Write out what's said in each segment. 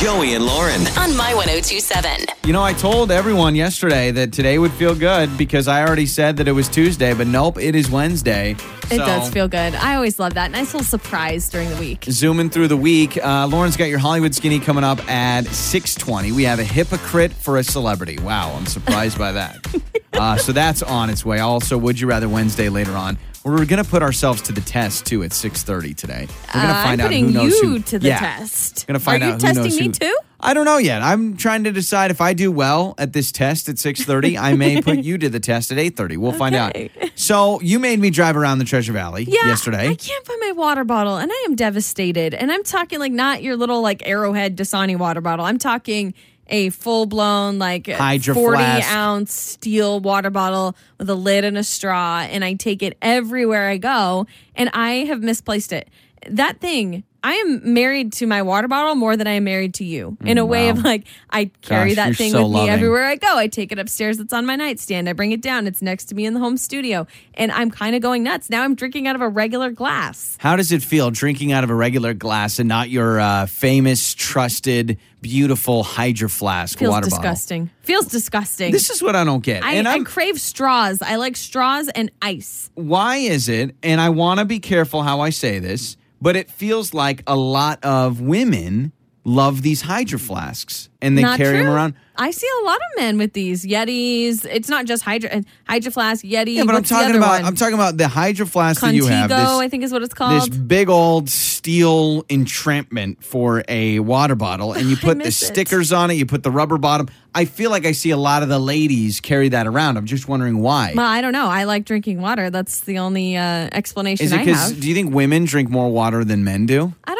Joey and Lauren. on My 1027. You know, I told everyone yesterday that today would feel good because I already said that it was Tuesday, but nope, it is Wednesday. It So, does feel good. I always love that. Nice little surprise during the week. Zooming through the week, uh, Lauren's got your Hollywood skinny coming up at 6:20. We have a hypocrite for a celebrity. Wow, I'm surprised by that. Uh, so that's on its way. Also, Would You Rather Wednesday later on. We're gonna put ourselves to the test too at 6:30 today. We're gonna Uh, I'm find out putting who knows you who. to the Yeah. test. Gonna find Are out you who testing knows me who- too? I don't know yet. I'm trying to decide if I do well at this test at 6:30, I may put you to the test at 8:30. We'll find out. Okay. So, you made me drive around the Treasure Valley Yeah, I yesterday. can't find my water bottle, and I am devastated. And I'm talking like not your little like Arrowhead Dasani water bottle. I'm talking a full blown like Hydro forty flask. ounce steel water bottle with a lid and a straw, and I take it everywhere I go. And I have misplaced it. That thing. I am married to my water bottle more than I am married to you. In a way of like, I carry Gosh, you're that thing so with loving. me everywhere I go. I take it upstairs. It's on my nightstand. I bring it down. It's next to me in the home studio. And I'm kind of going nuts. Now I'm drinking out of a regular glass. How does it feel drinking out of a regular glass and not your uh, famous, trusted, beautiful Hydro Flask Feels water disgusting. Feels disgusting. bottle? This is what I don't get. I, and I I'm, crave straws. I like straws and ice. why is it? And I want to be careful how I say this, but it feels like a lot of women love these Hydro Flasks and they Not carry them true. around. I see a lot of men with these Yetis. It's not just Hydra, Hydro Flask, Yeti. Yeah, but What's the I'm talking other about one? I'm talking about the Hydro Flask that you have. Contigo, I This, think is what it's this called. big old steel entrampment for a water bottle, and you put the miss it. stickers on it. You put the rubber bottom. I feel like I see a lot of the ladies carry that around. I'm just wondering why. well, I don't know. I like drinking water. That's the only uh, explanation Is it I because have. do you think women drink more water than men do? I don't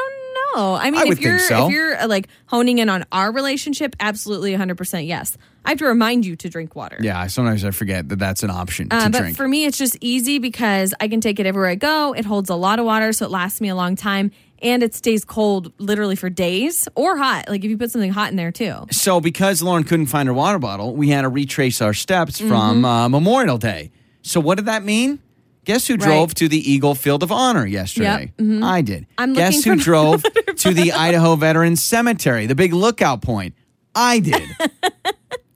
know. I mean, would if think you're so. if you're uh, like honing in on our relationship, absolutely 100% yes. I have to remind you to drink water. Yeah, I- sometimes I forget that that's an option Uh, to but drink. for me, it's just easy because I can take it everywhere I go. It holds a lot of water, so it lasts me a long time, and it stays cold literally for days or hot. Like if you put something hot in there too. so because Lauren couldn't find her water bottle, we had to retrace our steps Mm-hmm. from uh, Memorial Day. So what did that mean? Guess who drove to the Eagle Field of Honor yesterday? I did. Mm-hmm. I'm Guess looking who for my drove to the Idaho Veterans Cemetery, the big lookout point? I did.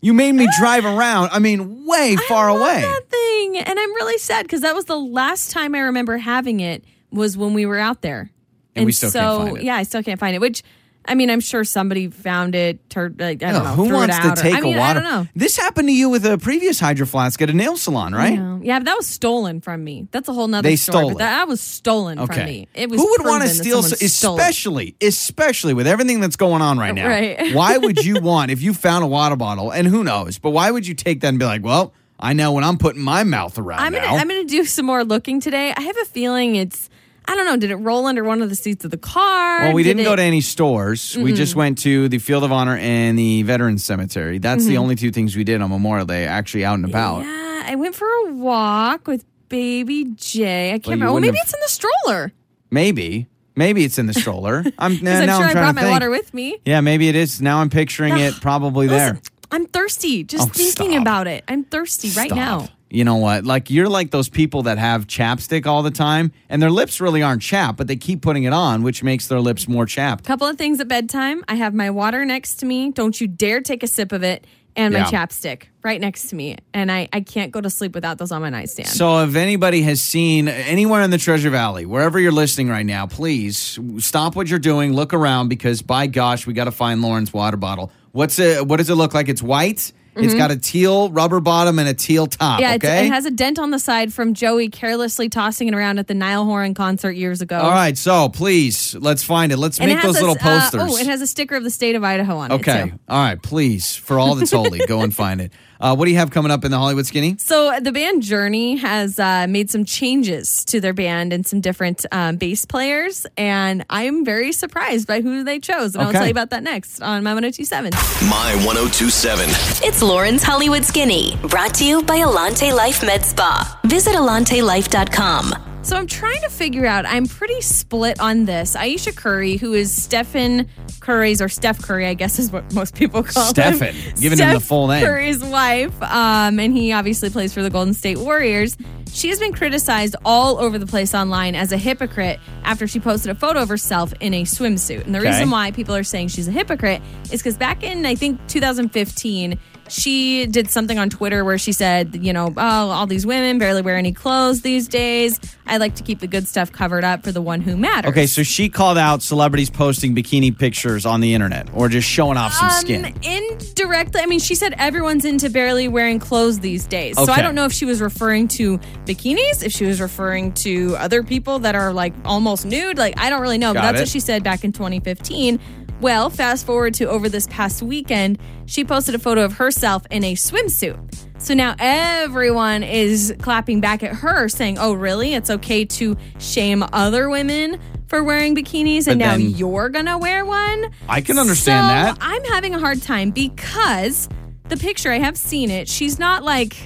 you made me drive around. I mean, way far I love away. that thing, and I'm really sad because that was the last time I remember having it was when we were out there, And we still so can't find it. yeah, I still can't find it. Which I mean, I'm sure somebody found it. Tur- like, I don't know, Who threw wants it to out or- take I mean, a water? I don't know. This happened to you with a previous hydro flask at a nail salon, right? No. Yeah, but that was stolen from me. That's a whole nother They story. stole but that, that was stolen from me. It was Who would want to steal, so- especially, especially with everything that's going on right now? Right. why would you want if you found a water bottle? And who knows? But why would you take that and be like, well, I know when I'm putting my mouth around I'm gonna now. I'm gonna do some more looking today. I have a feeling it's I don't know. Did it roll under one of the seats of the car? well, we Did didn't go it- to any stores. We Mm-hmm. just went to the Field of Honor and the Veterans Cemetery. That's the only two things we did on Memorial Day, actually out and about. Mm-hmm. Yeah, I went for a walk with baby Jay. I can't Well, you remember. Oh, wouldn't maybe have- it's in the stroller. Maybe, maybe it's in the stroller. I'm, now Because I'm now sure I'm I trying brought to my think. water with me. Yeah, maybe it is. Now I'm picturing it probably there. Listen, I'm thirsty. Just Oh, thinking stop. about it. I'm thirsty right Stop. now. You know what? Like you're like those people that have chapstick all the time and their lips really aren't chapped, but they keep putting it on, which makes their lips more chapped. Couple of things at bedtime. I have my water next to me. Don't you dare take a sip of it. And my Yeah. chapstick right next to me. And I, I can't go to sleep without those on my nightstand. So if anybody has seen anywhere in the Treasure Valley, wherever you're listening right now, please stop what you're doing, look around because by gosh, we got to find Lauren's water bottle. What's it what does it look like? It's white. It's got a teal rubber bottom and a teal top, Mm-hmm. yeah, it's, okay? it has a dent on the side from Joey carelessly tossing it around at the Nile Horan concert years ago. all right, so please, let's find it. Let's And make it has those a- little uh, posters. oh, it has a sticker of the state of Idaho on it. Okay. too. All right. Please, for all that's holy, go and find it. Uh, what do you have coming up in the Hollywood Skinny? So the band Journey has uh, made some changes to their band and some different um, bass players, and I'm very surprised by who they chose. And I'll Okay. tell you about that next on My 1027. My 1027. It's Lauren's Hollywood Skinny, brought to you by Alante Life Med Spa. Visit AlanteLife.com. So I'm trying to figure out. I'm pretty split on this. Aisha Curry, who is Stephen Curry's or Steph Curry, I guess is what most people call Stephen, him. giving him the Steph full name. Curry's wife, um, and he obviously plays for the Golden State Warriors. She has been criticized all over the place online as a hypocrite after she posted a photo of herself in a swimsuit. And the Okay. reason why people are saying she's a hypocrite is because back in I think 2015. She did something on Twitter where she said, you know, oh, all these women barely wear any clothes these days. I like to keep the good stuff covered up for the one who matters. Okay, so she called out celebrities posting bikini pictures on the internet or just showing off Um, some skin. indirectly, I mean, she said everyone's into barely wearing clothes these days. So Okay. I don't know if she was referring to bikinis, if she was referring to other people that are like almost nude. Like, I don't really know. but Got that's what it. she said back in 2015. Well, fast forward to over this past weekend, she posted a photo of herself in a swimsuit. So now everyone is clapping back at her, saying, Oh, really? It's okay to shame other women for wearing bikinis, and But now then- you're gonna wear one? I can understand So, that. I'm having a hard time because the picture I have seen it. She's not like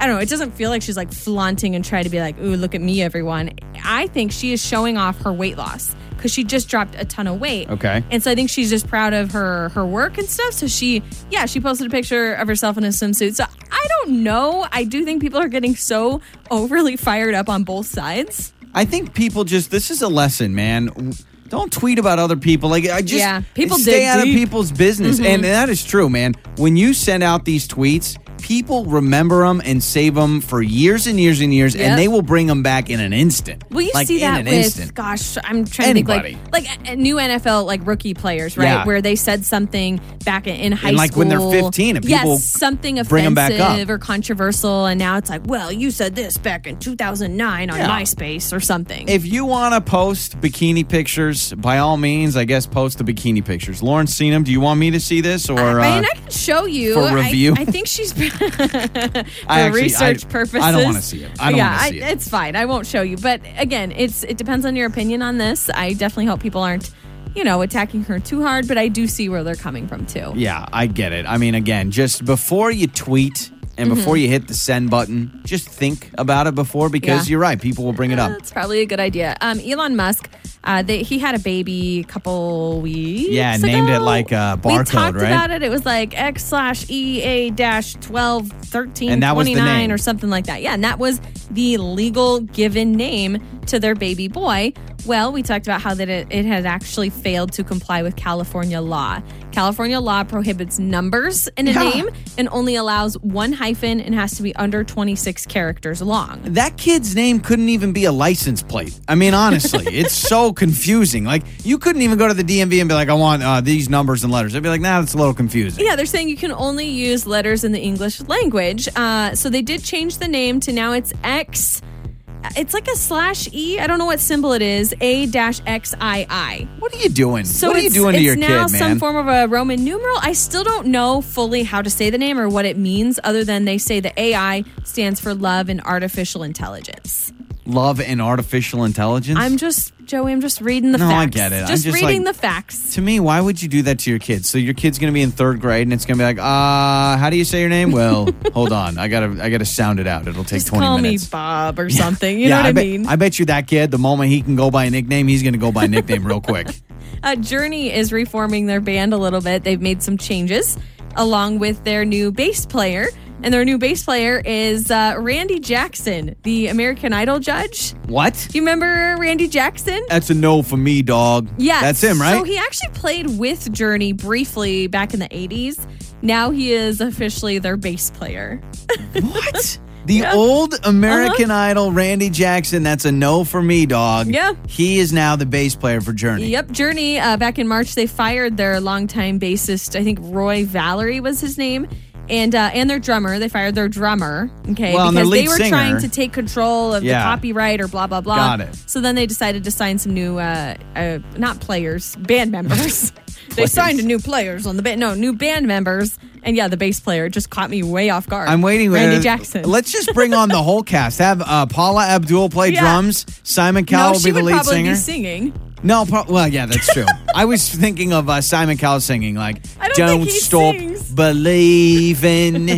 I don't know. It doesn't feel like she's like flaunting and trying to be like, "Ooh, look at me, everyone." I think she is showing off her weight loss because she just dropped a ton of weight. Okay. and so I think she's just proud of her her work and stuff. So she, yeah, she posted a picture of herself in a swimsuit. So I don't know. I do think people are getting so overly fired up on both sides. I think people just this is a lesson, man. W- Don't tweet about other people. Like I just Yeah, people stay dig out deep. Mm-hmm. of people's business, and that is true, man. When you send out these tweets, people remember them and save them for years and years and years, Yep. and they will bring them back in an instant. Well, you Like, see in that an with instant. gosh, I'm trying to Anybody. think like like uh, new NFL like rookie players, right? Yeah. Where they said something back in, in high And, school, like, when they're 15 and people yes, something offensive bring 'em back up. or controversial, and now it's like, well, you said this back in 2009 on Yeah. MySpace or something. If you want to post bikini pictures, by all means, I guess post the bikini pictures. Lauren's seen them. Do you want me to see this or? I mean, uh, I can show you. for I- review? I, think she's for I actually- research I- purposes. I don't wanna see it. I don't yeah, wanna see it. it's fine. I won't show you. But again, it's it depends on your opinion on this. I definitely hope people aren't, you know, attacking her too hard. But I do see where they're coming from too. Yeah, I get it. I mean, again, just before you tweet and Mm-hmm. before you hit the send button, just think about it before because Yeah. you're right. People will bring it up. That's probably a good idea. Um, Elon Musk, uh, they, he had a baby a couple weeks. Yeah, named ago. it like a We barcode, talked right? about it. It was like X slash E A dash 12 13 And that was the 29 name. or something like that. Yeah, and that was the legal given name to their baby boy. Well, we talked about how that it, it had actually failed to comply with California law. California law prohibits numbers in a name and only allows one hyphen and has to be under 26 characters long. That kid's name couldn't even be a license plate. I mean, honestly, it's so confusing. Like, you couldn't even go to the DMV and be like, I want uh, these numbers and letters. They'd be like, nah, that's a little confusing. Yeah, they're saying you can only use letters in the English language. Uh, so they did change the name to now it's X. It's like a slash E. I don't know what symbol it is. A dash X I I. What are you doing? So what are you it's- doing to it's your now kid, some man? form of a Roman numeral. I still don't know fully how to say the name or what it means, other than they say the AI stands for love and artificial intelligence. Love and artificial intelligence? I'm just Joey. I'm just reading the No, I facts. get it. I'm Just, just reading like- the facts. to me, why would you do that to your kids? So your kid's gonna be in third grade, and it's gonna be like, uh, how do you say your name? Well, hold on, I gotta, I gotta sound it out. It'll take Just twenty call minutes. me Bob or something. You know yeah, what I, bet, mean? I bet you that kid, the moment he can go by a nickname, he's gonna go by a nickname real quick. uh, Journey is reforming their band a little bit. They've made some changes along with their new bass player. And their new bass player is uh, Randy Jackson, the American Idol judge. Do What? you remember Randy Jackson? That's a no for me, dog. Yeah. that's him, right? So he actually played with Journey briefly back in the 80s. Now he is officially their bass player. what? The old American Idol Randy Jackson. That's a no for me, dog. Uh-huh. Yeah. he is now the bass player for Journey. Yep, Journey. Uh, back in March, they fired their longtime bassist. I think Roy Valerie was his name, and uh, and their drummer. They fired their drummer. Okay, Well, and their because they lead were singer- trying to take control of Yeah. the copyright or blah blah blah. Got it. So then they decided to sign some new, uh, uh, not players, band members. they Players. signed new players on the band. No, new band members. And yeah, the bass player just caught me way off guard. I'm waiting. Randy uh, Jackson. Let's just bring on the whole cast. Have uh, Paula Abdul play Yeah. drums. Simon Cowell no, will she be the would lead probably singer. be singing. no, pro- well, yeah, that's true. I was thinking of uh, Simon Cowell singing like I don't "Don't think he Stop, sings." believing.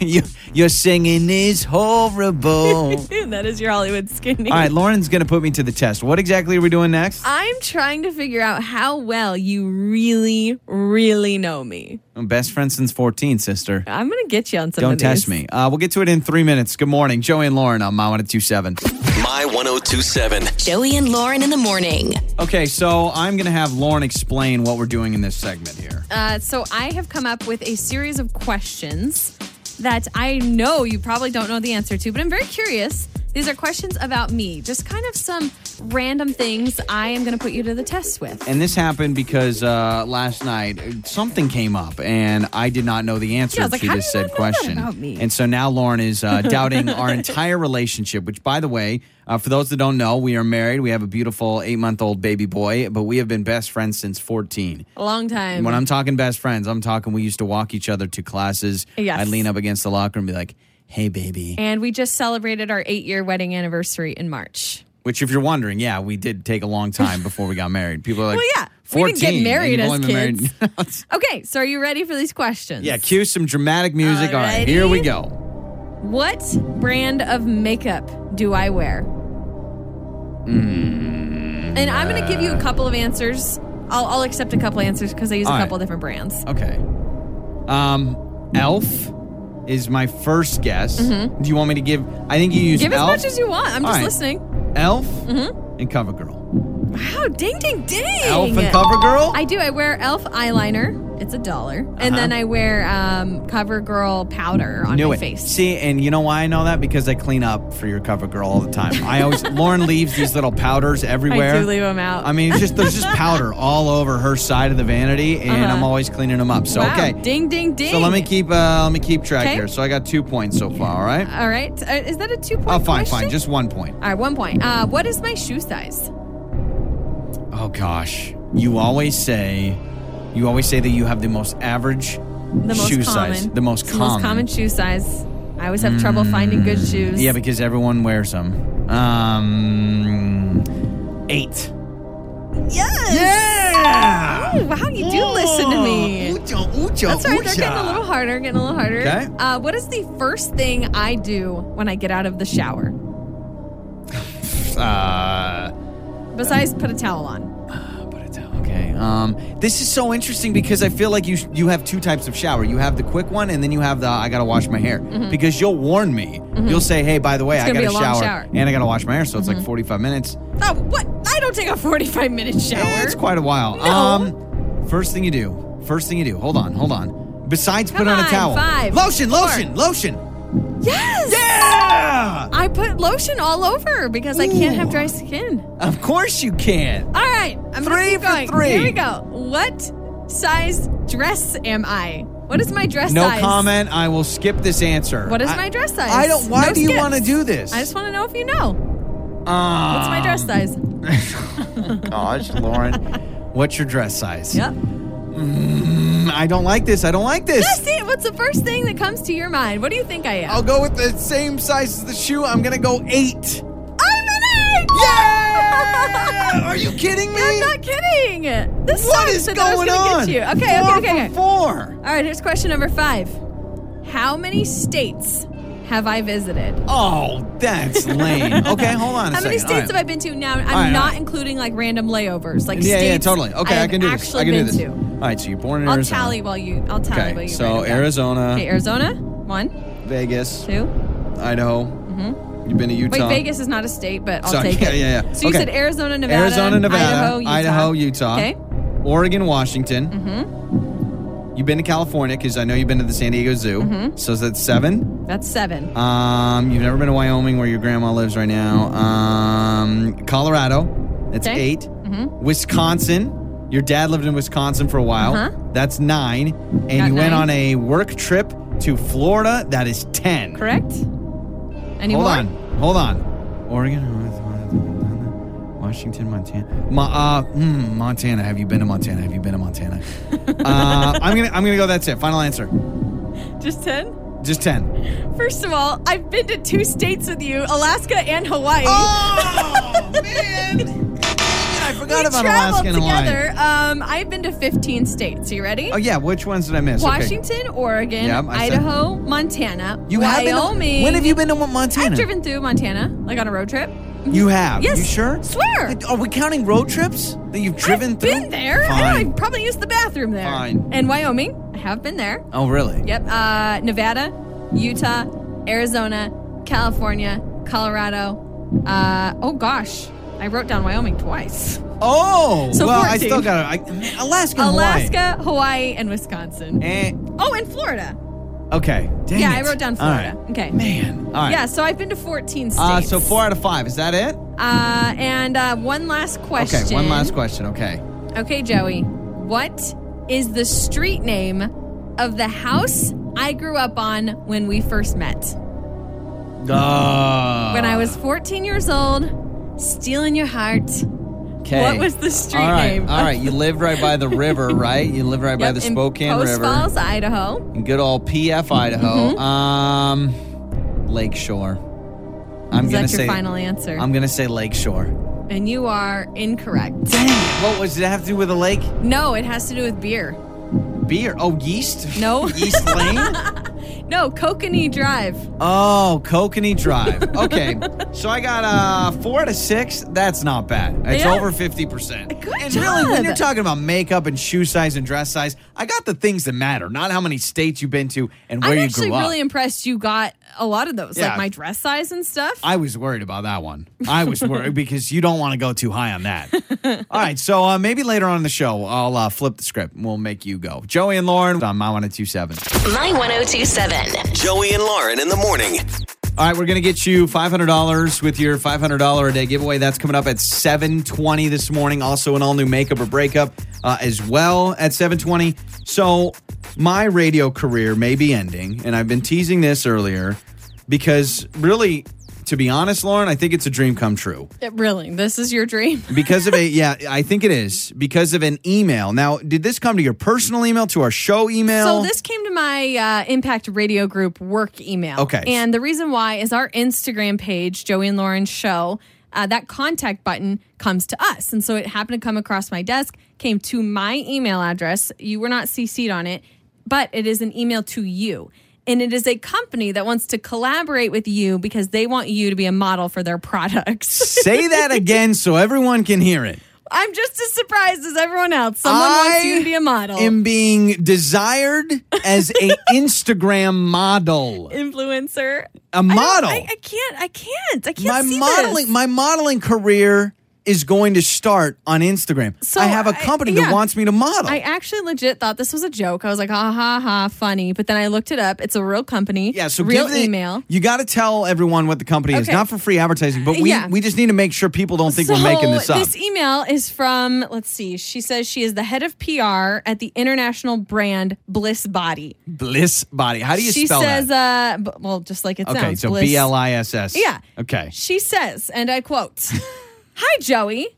you, your singing is horrible. that is your Hollywood skinny. All right, Lauren's going to put me to the test. What exactly are we doing next? I'm trying to figure out how well you really, really know me. I'm best friend since 14, sister. I'm gonna get you on some. Don't of test these. me. Uh, we'll get to it in three minutes. Good morning, Joey and Lauren on My One Two Seven. My 1027. Joey and Lauren in the morning. Okay, so I'm going to have Lauren explain what we're doing in this segment here. Uh, so I have come up with a series of questions that I know you probably don't know the answer to, but I'm very curious. These are questions about me, just kind of some random things I am gonna put you to the test with. And this happened because uh, last night uh, something came up, and I did not know the answer Yeah, I was like, to "How this do you said not know that question. about me? And so now Lauren is uh, doubting our entire relationship. Which, by the way, uh, for those that don't know, we are married. We have a beautiful eight-month-old baby boy, but we have been best friends since 14. A long time. And when I'm talking best friends, I'm talking we used to walk each other to classes. Yes. I'd lean up against the locker and be like, "Hey, baby." and we just celebrated our eight year wedding anniversary in March. Which, if you're wondering, yeah, we did take a long time before we got married. People are like, Well, yeah, we 14. didn't get married You've as only been married- kids. okay, so are you ready for these questions? Yeah, cue some dramatic music. All right, Alrighty. here we go. What brand of makeup do I wear? Hmm. and I'm going to give you a couple of answers. I'll, I'll accept a couple answers because I use a Uh. All right. couple different brands. Okay. Um, Elf is my first guess. Do you want me to give? I think you use Mm-hmm. Give Elf, as much as Mm-hmm. you want. I'm just All right. listening. Elf, and CoverGirl. Wow, ding, ding, ding. Elf and CoverGirl. Uh-huh. I do. I wear e.l.f. eyeliner. It's a dollar. And then I wear um, CoverGirl powder on Knew my it. face. See, and you know why I know that? Because I clean up for your CoverGirl all the time. I always Lauren leaves these little powders everywhere. I do leave them out. I mean, it's just there's just powder all over her side of the vanity, and I'm always cleaning them up. So Uh-huh. wow. okay, Ding, ding, ding. so let me keep uh, let me keep track Okay. here. So I got two points so far. All right. All right. Uh, Is that a two point Oh, fine, question? fine, just one point. All right, one point. Uh, what is my shoe size? Oh gosh, you always say, you always say that you have the most average The most shoe common. size, the most It's common. Mm. most common shoe size. I always have trouble finding good shoes. Yeah, because everyone wears them. Um, eight. yes. Yeah. Oh, wow, you do listen to me. Ucho, ucho, That's right. They're getting a little harder. Getting a little harder. Okay. Uh, what is the first thing I do when I get out of the shower? Uh, Besides, put a towel on. But it's okay. Um, this is so interesting because I feel like you you have two types of shower. You have the quick one, and then you have the I gotta wash my hair because you'll warn me. You'll say, "Hey, by the way, I Mm-hmm. gonna gotta be a long shower, shower. Mm-hmm. and I gotta wash my hair," so it's like forty five minutes. Oh, Oh, what? I don't take a forty-five minute shower. It's quite a while. No. Um, first thing you do. First thing you do. Hold on, hold on. Besides, put Come on, a on, towel. five, lotion, four. lotion, lotion. Ah! yes. Yeah. I put lotion all over because I can't have Ooh. dry skin. Of course you can. All right, I'm Three gonna keep going. for three. Here we go. What size dress am I? What is my dress No size? comment. I will skip this answer. What is I- my dress size? I don't. Why No do you skips. want to do this? I just want to know if you know. What's my dress Um, size? Gosh, Lauren, what's your dress size? Yep. Mm, I don't like this. I don't like this. Just see, what's the first thing that comes to your mind? What do you think I am? I'll go with the same size as the shoe. I'm gonna go eight. I'm an eight! Oh. Yeah! Are you kidding me? I'm not kidding. This What sucks is that I was going gonna on? Get you. Okay, okay, okay, four for okay. Four. All right, here's question number five. How many states have I visited? Oh, that's lame. Okay, hold on a How second. many All states right. have I been to now? I'm All right, all not right. including like random layovers, like Yeah, states. yeah, totally. Okay, I, have can do this. actually I can do been this. to. All right, so you're born in I'll Arizona. tally while you. I'll tally while Okay, you. so write it down. Arizona, Okay, Arizona. One, Vegas, two. Idaho. You've been to Utah. Mm-hmm. Wait, Vegas is not a state, but I'll Sorry, take yeah, it. yeah, yeah. So you Okay. said Arizona, Nevada, Arizona, Nevada, Idaho, Utah. Okay. Mm-hmm. Oregon, Washington. You've been to California because I know you've been to the San Diego Zoo. So that's seven. That's seven. Um, you've never been to Wyoming where your grandma lives right now. Um, Colorado, that's Okay. Mm-hmm. 8 Wisconsin, your dad lived in Wisconsin for a while. Uh-huh. That's nine. And Got nine. you went on a work trip to Florida. That is ten. Correct. Any Hold more? on, hold on. Oregon, Washington, Montana. Mo- uh, mm, Montana. Have you been to Montana? Have you been to Montana? uh, I'm gonna, I'm gonna go. That's it. Final answer. Just ten. Just ten. First of all, I've been to two states with you, Alaska and Hawaii. Oh man! I forgot we about traveled Alaska and Hawaii. together. Um, I've been to 15 states. You ready? Oh yeah, which ones did I miss? Okay. Washington, Oregon, Yeah, I said- Idaho, Montana, You have been to- Wyoming. when have you been to Montana? I've driven through Montana, like on a road trip. You have. Yes. You sure? Swear. Are we counting road trips that you've driven I've through? been there. I Fine. know I probably used the bathroom there. Fine. And Wyoming, I have been there. Oh really? Yep. Uh, Nevada, Utah, Arizona, California, Colorado. Uh, oh gosh, I wrote down Wyoming twice. Oh. So well, I 14. still got I, Alaska. and Hawaii. Alaska, Hawaii, and Wisconsin. Eh, oh, and Florida. okay. Dang yeah, it. I wrote down All Florida. right. Okay. Man. All right. Yeah, so I've been to 14 states. Uh, so four out of five. Is that it? Uh, and uh, one last question. Okay. One last question. Okay. Okay, Joey. What is the street name of the house I grew up on when we first met? Uh, when I was 14 years old, stealing your heart. Ah, Okay. What was the street All right. name? All right. You live right by the river, right? You live right by Yep, the in Spokane Post River. Falls, Mm-hmm. Idaho. in good old PF Idaho. Um, Lakeshore. I'm Is gonna that your say. final answer? I'm gonna say Lakeshore. and you are incorrect. What was did it have to do with a lake? No, it has to do with beer. Beer. Oh, yeast. No. yeast Lane. No, Kokanee Drive. Oh, Kokanee Drive. Okay, so I got uh four out of six. That's not bad. It's Yeah. over fifty percent. Good And really, when job. you're talking about makeup and shoe size and dress size, I got the things that matter, not how many states you've been to and where I'm you actually grew up. really impressed you got a lot of those, Yeah. like my dress size and stuff. I was worried about that one. I was worried because you don't want to go too high on that. All right, so uh, maybe later on in the show, I'll uh, flip the script and we'll make you go. Joey and Lauren on My 1027. My 1027. Joey and Lauren in the morning. All right, we're going to get you $500 with your $500 a day giveaway. That's coming up at 720 this morning. Also, an all-new makeup or breakup uh, as well at 720. So my radio career may be ending, and I've been teasing this earlier because really, to be honest, Lauren, I think it's a dream come true. It- really, this is your dream. because of a yeah i think it is because of an email now did this come to your personal email to our show email So this came to my uh, Impact Radio Group work email. Okay. And the reason why is our Instagram page, Joey and Lauren Show, uh, that contact button comes to us. And so it happened to come across my desk, came to my email address. You were not CC'd on it, but it is an email to you. And it is a company that wants to collaborate with you because they want you to be a model for their products. say that again so everyone can hear it I'm just as surprised as everyone else. Someone wants you to be a model. I am being desired as a instagram model influencer. a model I, I can't. I can't. I can't my see modeling this. my modeling career is going to start on instagram So i have a I- company that yeah. wants me to model I actually legit thought this was a joke. I was like, ha ha ha, funny. But then I looked it up. It's a real company. yeah, so real give the- email. You got to tell everyone what the company is, Okay. not for free advertising, but we, Yeah. we just need to make sure people don't think so e- we're making this up. email is from. Let's see. She says she is the head of PR at the international brand Bliss Body. Bliss Body. How do you she spell says, that? uh, b- well, just like it okay, sounds. so Bliss- B L I S S. Yeah. Okay. She says, and I quote, Hi, Joey.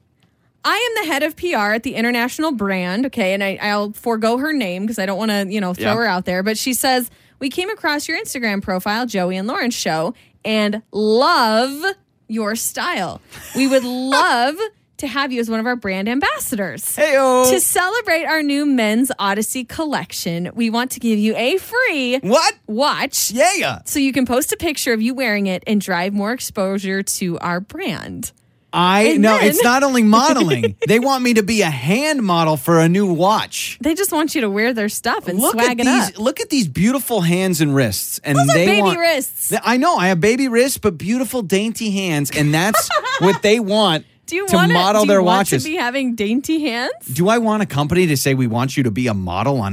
I am the head of PR at the international brand. Okay. And I, I'll forego her name because I don't want to, you know, throw Yeah. her out there. But she says, We came across your Instagram profile, Joey and Lauren Show, and love your style. We would love to have you as one of our brand ambassadors. Heyo. To celebrate our new men's Odyssey collection, we want to give you a free What? watch Yeah. so you can post a picture of you wearing it and drive more exposure to our brand. I And no, then- it's not only modeling. they want me to be a hand model for a new watch. They just want you to wear their stuff and Look swag at it these up. look at these beautiful hands and wrists. And Those are they baby want, wrists. Th- I know, I have baby wrists, but beautiful dainty hands, and that's what they want Do you to wanna- model do you their want watches. to be having dainty hands? do I want a company to say we want you to be a model on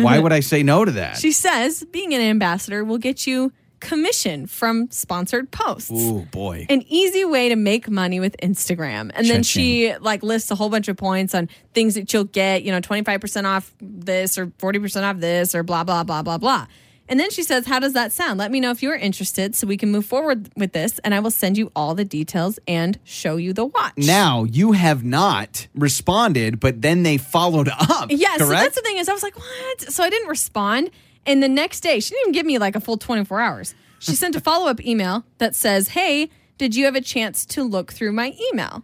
Why would I say no to that? She says being an ambassador will get you commission from sponsored posts. Ooh boy. An easy way to make money with Instagram. And then she like lists a whole bunch of points on things that you'll get, you know, 25% off this or 40% off this or blah, blah, blah, blah, blah. And then she says, How does that sound? Let me know if you're interested so we can move forward with this and I will send you all the details and show you the watch. now you have not responded, but then they followed up. Yeah, so correct? that's the thing is I was like, what? So I didn't respond. And the next day, she didn't even give me like a full 24 hours. She sent a follow-up email that says, Hey, did you have a chance to look through my email?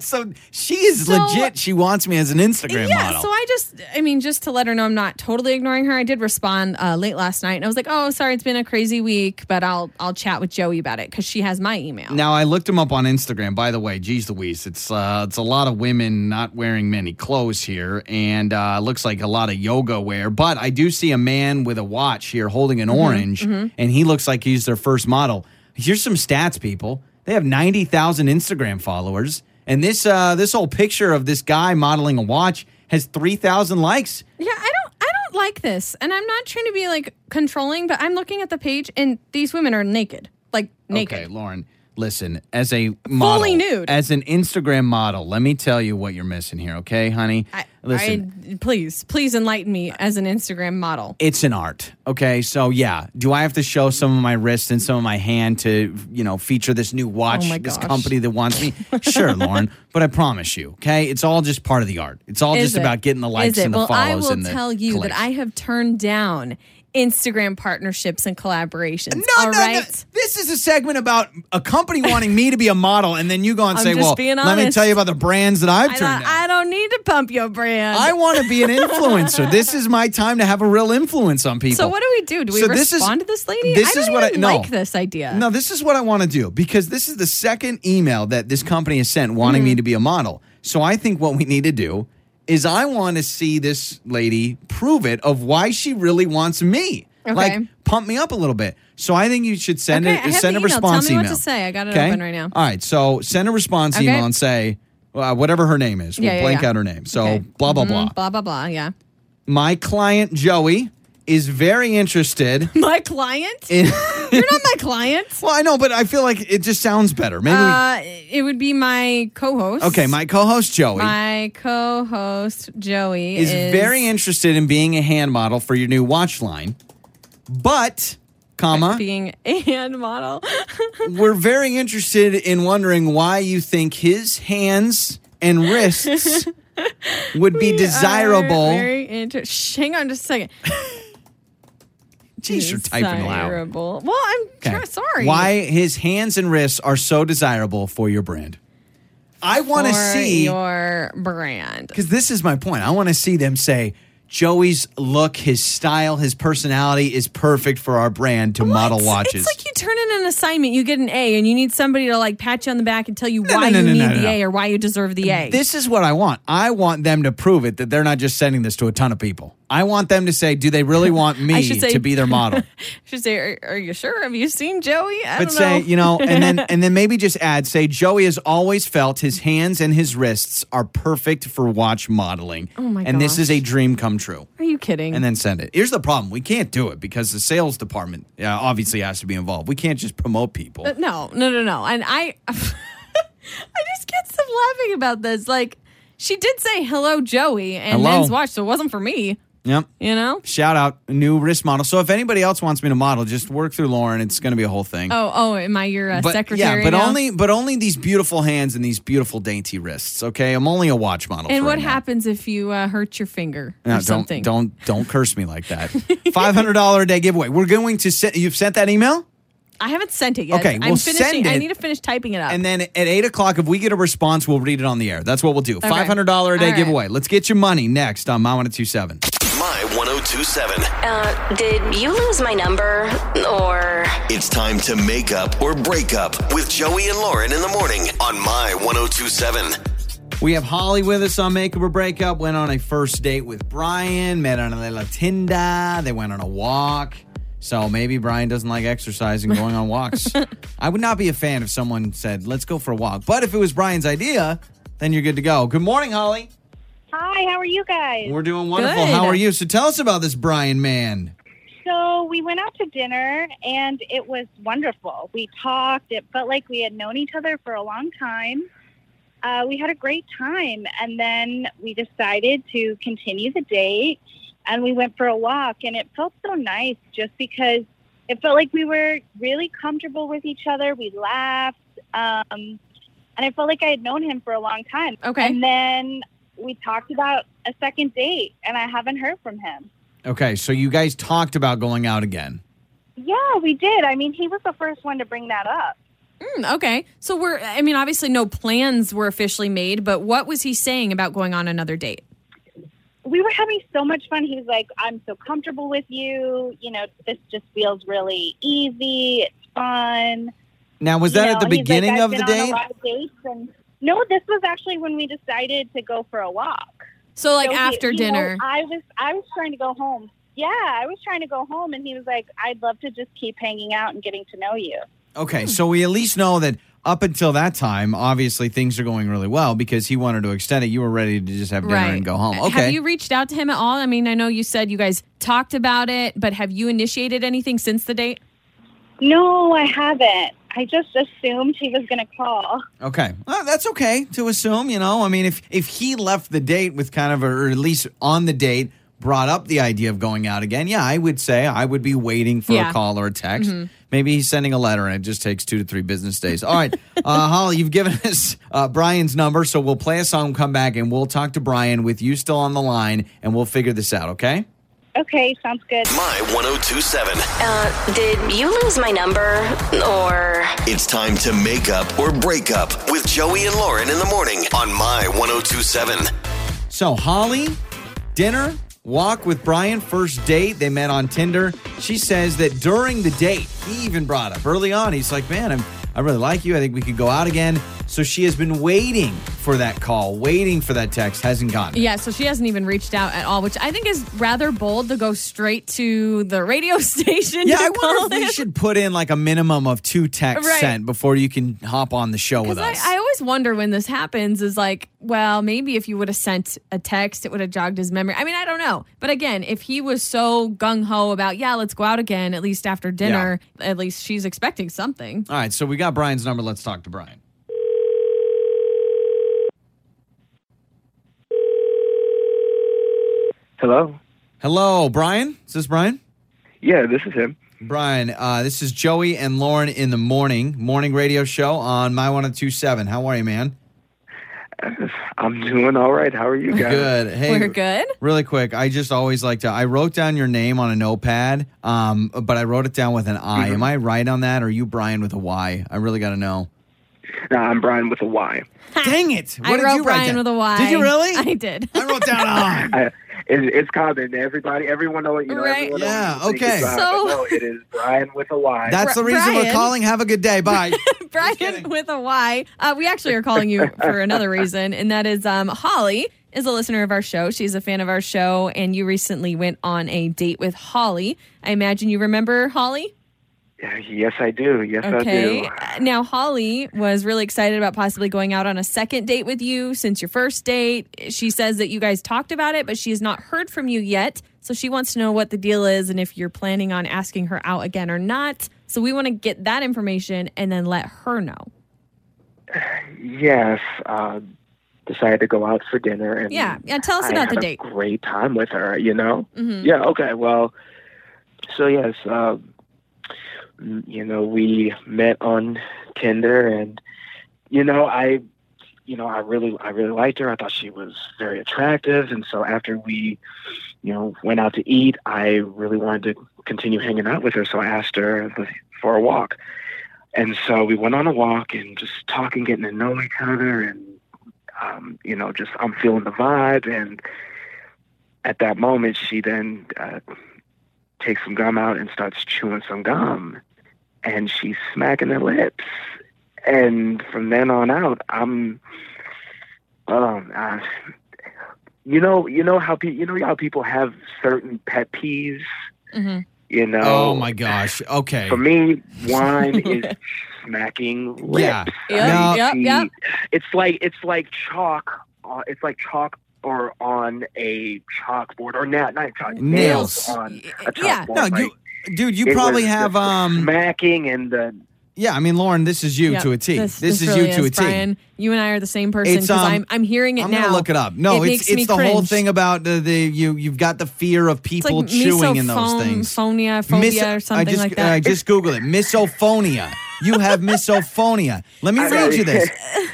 so she is So- legit. She wants me as an Instagram yeah, model. so I just, I mean, just to let her know I'm not totally ignoring her, I did respond uh, late last night, and I was like, "Oh, sorry, it's been a crazy week, but I'll I'll chat with Joey about it because she has my email." now I looked him up on Instagram. By the way, geez Louise, it's uh, it's a lot of women not wearing many clothes here, and uh, looks like a lot of yoga wear. But I do see a man with a watch here holding Mm-hmm, an orange, and he looks like he's their first model. Here's some stats, people. They have ninety thousand Instagram followers, and this uh, this whole picture of this guy modeling a watch has three thousand likes. Yeah, I don't I don't like this. And I'm not trying to be like controlling, but I'm looking at the page and these women are naked. Like naked. Okay, Lauren, listen, as a model, nude. as an Instagram model, let me tell you what you're missing here, okay, honey? I, listen, I, please, please enlighten me as an Instagram model. it's an art, okay? So yeah, do I have to show some of my wrist and some of my hand to, you know, feature this new watch, Oh my this gosh. company that wants me? sure, Lauren, but I promise you, okay, it's all just part of the art. It's all Is just it? about getting the Is likes it? and the well, follows. I will and the tell you clicks. that I have turned down Instagram partnerships and collaborations. No, all no, right? no. This is a segment about a company wanting me to be a model, and then you go and I'm say, just "Well, being let me honest. tell you about the brands that I've I, turned don't, down." I don't need to pump your brand. I want to be an influencer. this is my time to have a real influence on people. so what do we do? Do we So this is- respond to this lady? this I don't is what I- even no. like this idea. No, this is what I want to do because this is the second email that this company has sent wanting Mm. me to be a model. So I think what we need to do is I want to see this lady prove it of why she really wants me. Okay. Like pump me up a little bit. So I think you should send Okay, a I have send the a email. Tell response me what email. to say. I got it open right now. All right, so send a response Okay. email and say uh, whatever her name is. We'll Yeah, yeah, blank yeah. out her name. So Okay. blah blah Mhm, blah. Blah blah blah. Yeah. My client Joey is very interested My client? in You're not my client. Well, I know, but I feel like it just sounds better. Maybe Uh, it would be my co-host. we, okay. My co-host Joey my co-host Joey is, is, very interested in being a hand model for your new watch line, but comma being a hand model. we're very interested in wondering why you think his hands and wrists would be Are desirable. Very inter- Shh, hang on just a second. Geez, you're typing loud. Desirable. Well, I'm Okay. tr- sorry. Why his hands and wrists are so desirable for your brand? I want to For see your brand. Because this is my point. I want to see them say, Joey's look, his style, his personality is perfect for our brand to model It's- It's watches. like you turn in an assignment, you get an A, and you need somebody to like pat you on the back and tell you No, why no, no, you no, need the no, no. A or why you deserve the A. this is what I want. I want them to prove it that they're not just sending this to a ton of people. I want them to say, do they really want me should say- to be their model? should say, are, are you sure? Have you seen Joey? I But don't say, know. you know, and then and then maybe just add, say Joey has always felt his hands and his wrists are perfect for watch modeling. Oh my and this gosh. is a dream come true. Are you kidding? and then send it. Here's the problem: we can't do it because the sales department uh, obviously has to be involved. We can't just promote people. no, no, no, no. And I, I just can't stop laughing about this. Like, she did say hello, Joey, and Hello. men's watch, so it wasn't for me. Yep. You know? Shout out new wrist model. So if anybody else wants me to model, just work through Lauren. It's going to be a whole thing. Oh, oh, am I your uh, but secretary? yeah, but now? only but only these beautiful hands and these beautiful dainty wrists. Okay, I'm only a watch model. And for what right now. happens if you uh, hurt your finger No, or don't something? don't don't curse me like that. Five hundred dollar a day giveaway. We're going to send. You've sent that email. I haven't sent it yet. Okay, I'm well, finishing. send I it. need to finish typing it up. And then at eight o'clock, if we get a response, we'll read it on the air. That's what we'll do. Five hundred dollar a day All right. giveaway. Let's get your money next on My One Two Seven. My 1027. Uh, did you lose my number? Or It's time to make up or break up with Joey and Lauren in the morning on My 1027. We have Holly with us on Makeup or Breakup. Went on a first date with Brian. Met on a little Tinder. They went on a walk. So maybe Brian doesn't like exercise and going on walks. I would not be a fan if someone said, "Let's go for a walk." But if it was Brian's idea, then you're good to go. Good morning, Holly. Hi, how are you guys? We're doing wonderful. Good. How are you? So tell us about this Brian man. So we went out to dinner and it was wonderful. We talked. It felt like we had known each other for a long time. Uh, we had a great time. And then we decided to continue the date and we went for a walk. And it felt so nice just because it felt like we were really comfortable with each other. We laughed. Um, and I felt like I had known him for a long time. Okay. And then we talked about a second date and I haven't heard from him. Okay, so you guys talked about going out again. Yeah, we did. I mean, he was the first one to bring that up. Mm, okay. So we're, I mean, obviously no plans were officially made, but what was he saying about going on another date? we were having so much fun. He's like, I'm so comfortable with you. You know, this just feels really easy. It's fun. Now, was that You at the know, he's like, beginning "I've of been the on a date? lot of dates and- no, this was actually when we decided to go for a walk. So like So he- after you know, dinner. I was I was trying to go home. Yeah, I was trying to go home, and he was like, "I'd love to just keep hanging out and getting to know you." Okay, so we at least know that up until that time, obviously things are going really well because he wanted to extend it. You were ready to just have dinner and go home. Okay. Have you reached out to him at all? I mean, I know you said you guys talked about it, but have you initiated anything since the date? No, I haven't. I just assumed he was going to call. Okay, well, that's okay to assume. You know, I mean, if if he left the date with kind of, a, or at least on the date, brought up the idea of going out again, yeah, I would say I would be waiting for Yeah. a call or a text. Maybe he's sending a letter, and it just takes two to three business days. All right, uh, Holly, you've given us uh, Brian's number, so we'll play a song, come back, and we'll talk to Brian with you still on the line, and we'll figure this out. Okay. Okay, sounds good. My 1027. Uh, did you lose my number? Or It's time to make up or break up with Joey and Lauren in the morning on My 1027. So, Holly, dinner, walk with Brian, first date. They met on Tinder. She says that during the date, he even brought up early on, he's like, Man, I'm, I really like you. I think we could go out again. So, she has been waiting for that call, waiting for that text, hasn't gotten it. Yeah, so she hasn't even reached out at all, which I think is rather bold to go straight to the radio station. Yeah, to I wonder call if we him. should put in like a minimum of two texts Right. sent before you can hop on the show with Because us. I, I always wonder when this happens is like, well, maybe if you would have sent a text, it would have jogged his memory. I mean, I don't know. But again, if he was so gung ho about, yeah, let's go out again, at least after dinner, at least she's expecting something. All right, so we got Brian's number. Let's talk to Brian. Hello. Hello, Brian. Is this Brian? Yeah, this is him. Brian, uh, this is Joey and Lauren in the morning, morning radio show on My 1027. How are you, man? I'm doing all right. How are you guys? Good. Hey, We're good. really quick, I just always like to. I wrote down your name on a notepad, um, but I wrote it down with an I. Mm-hmm. Am I right on that? Or are you Brian with a Y? I really got to know. Nah, I'm Brian with a Y. Dang it. What I did wrote you write Brian down? with a Y. Did you really? I did. I wrote down an I. I, it, it's common. Everybody, everyone know it. You know, Right. everyone Yeah, always thinks okay. it's Brian, but So- no, it is Brian with a Y. That's the reason we're Brian. calling. Have a good day. Bye. Brian kidding. with a Y. Uh, we actually are calling you for another reason, and that is um, Holly is a listener of our show. She's a fan of our show, and you recently went on a date with Holly. I imagine you remember Holly. Yeah, yes, I do. Yes, Okay. I Uh, Now Holly was really excited about possibly going out on a second date with you since your first date. She says that you guys talked about it, but she has not heard from you yet. So she wants to know what the deal is and if you're planning on asking her out again or not. So we want to get that information and then let her know. do. Yes. Uh, decided to go out for dinner and Yeah, yeah. Tell us I about had the a date. Great time with her, you know. Mhm. Yeah. Okay. Well, so yes, uh, m- you know, we met on Tinder, and you know, I, you know, I really, I really liked her. I thought she was very attractive, and so after we, you know, went out to eat, I really wanted to continue hanging out with her. So I asked her for a walk, and so we went on a walk and just talking, getting to know each other, and um, you know, just I'm feeling the vibe. And at that moment, she then uh, takes some gum out and starts chewing some gum, and she's smacking her lips. And from then on out, I'm, um, uh, you know, you know how pe- you know how people have certain pet peeves. Mhm. You know, Oh, my gosh. Okay. for me, wine is smacking lips. Yeah. Yep, Now- Mm-hmm. yep, yep. It's like it's like chalk. Uh, it's like chalk or on a chalkboard or not not chalk Nails. nails, on a chalkboard. Yeah. No, you, Like, dude, it you probably was have. the um. smacking and the Yeah, I mean, Lauren, this is you Yep. to a T. This, is really you to a T. Brian, you and I are the same person It's, because um, I'm I'm hearing it I'm now. gonna look it up. No, It it's makes me it's the whole cringe. thing about the, the you you've got the fear of It's like people chewing in those misophone- things. phonia, phobia, Mis- or something I just, like that. I just Google it. Misophonia. You have misophonia. Let me I read know. you this.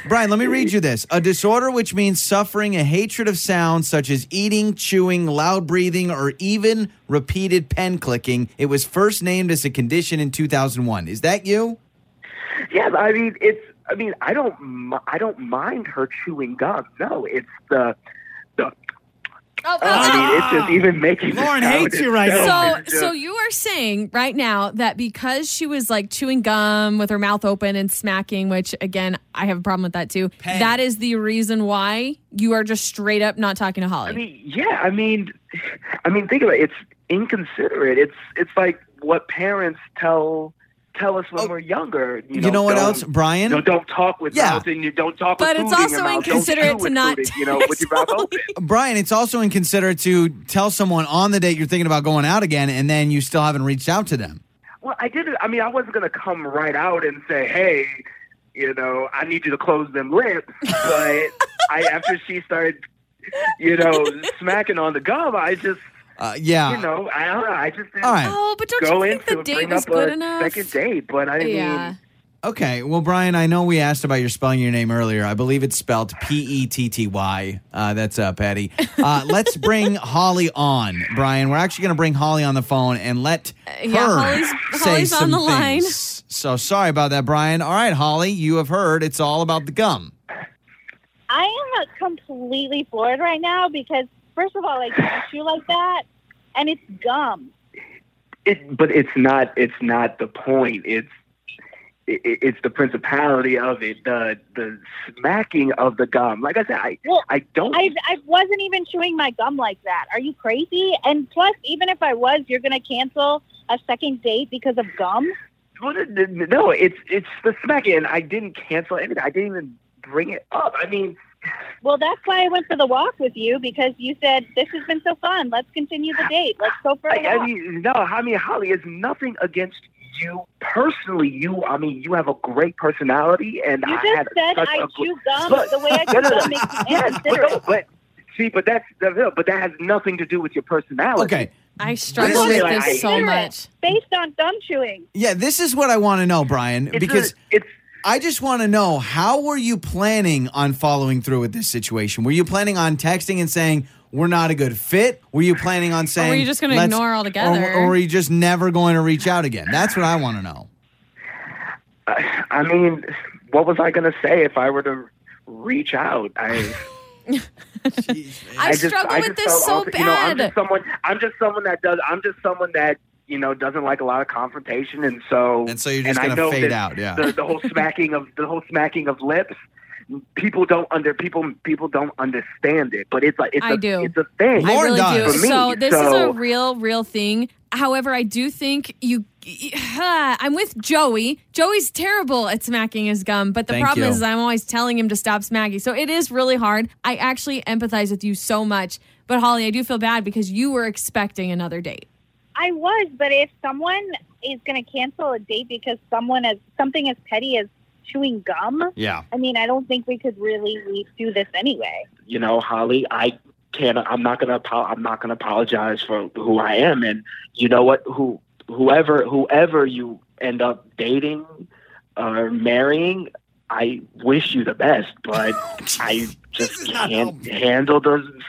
Brian, let me read you this. A disorder which means suffering a hatred of sounds such as eating, chewing, loud breathing, or even repeated pen clicking. It was first named as a condition in 2001. Is that you? yeah, I mean, it's. I mean, I don't. mi- I don't mind her chewing gum. No, it's the. the Oh, I mean, it's just even making. the Lauren sound hates you right itself now. so is just- so you are saying right now that because she was like chewing gum with her mouth open and smacking which again i have a problem with that too Peg. that is the reason why you are just straight up not talking to holly I mean, yeah. I mean, I mean, think about it. It's inconsiderate. It's it's like what parents tell tell us when Oh. we're younger. You, You, know what don't- else, Brian? No, don't talk with Yeah. mouth, and you don't talk. But it's with food in your also mouth. Don't inconsiderate chew to with not food in- you know with your mouth tell open. Brian, it's also inconsiderate to tell someone on the date you're thinking about going out again, and then you still haven't reached out to them. Well, I didn't. I mean, I wasn't gonna come right out and say, "Hey, you know, I need you to close them lips." But I, after she started, you know, smacking on the gum, I just, Uh, yeah. you know, I don't know. I just didn't All right. oh but don't go you think into the it, date bring was up good a enough second date, but I yeah mean, Okay. Well, Brian, I know we asked about your spelling your name earlier. I believe it's spelled P E T T Y. Uh, that's uh, Patty. Uh, let's bring Holly on, Brian. We're actually going to bring Holly on the phone and let her Uh, yeah, Holly's- say Holly's on some the line. things. So sorry about that, Brian. All right, Holly, you have heard it's all about the gum. I am completely floored right now because, first of all, like you chew like that, and it's gum. it, but it's not. It's not the point. It's it, it- it's the principality of it, the the smacking of the gum. Like I said, I Well, I don't. I, I wasn't even chewing my gum like that. Are you crazy? And plus, even if I was, you're going to cancel a second date because of gum? Well, n- n- no, it's it's the smacking. And I didn't cancel anything. I didn't even bring it up. I mean, Well, that's why I went for the walk with you because you said, This has been so fun. Let's continue the date. Let's go for I, a I walk. mean, no. I mean, Holly, it's nothing against you personally. You, I mean, you have a great personality, and You I just had said such I a gr- chew gum Look, the way I no, chew no, no. gum makes me Yes, but, no, inconsiderate. but see, but that's the but that has nothing to do with your Oh, personality. Okay. i struggle This with is- this so Considerate much Based on gum chewing. Yeah, this is what I want to know, Brian, It's because. a- it's I just want to know how were you planning on following through with this situation? Were you planning on texting and saying we're not a good fit? Were you planning on saying you just gonna "Let's-" ignore altogether? or, or were you just never going to reach out again? That's what I want to know. I, I mean, what was I gonna say if I were to reach out? I. i, just- struggle I with just this felt so awful. bad You know, I'm just someone. I'm just someone that does. I'm just someone that you know doesn't like a lot of confrontation, and so And so you're just I gonna know fade that out, yeah. The, the whole smacking of the whole smacking of lips. People don't under people people don't understand it, but it's like it's I a do. it's a thing. Lauren I really does. do. For me, so this is so- a real, real thing. However, I do think you. ah, I'm with Joey. Joey's terrible at smacking his gum, but the Thank problem you. is, is I'm always telling him to stop smacking. So it is really hard. I actually empathize with you so much. But Holly, I do feel bad because you were expecting another date. I was, but if someone is going to cancel a date because someone has something as petty as chewing gum, Yeah. I mean, I don't think we could really do this anyway. you know, Holly, I can't. I'm not gonna. apo- I'm not gonna apologize for who I am, and you know what? Who, whoever, whoever you end up dating or marrying, I wish you the best, but I This is just not can't helpful. handle the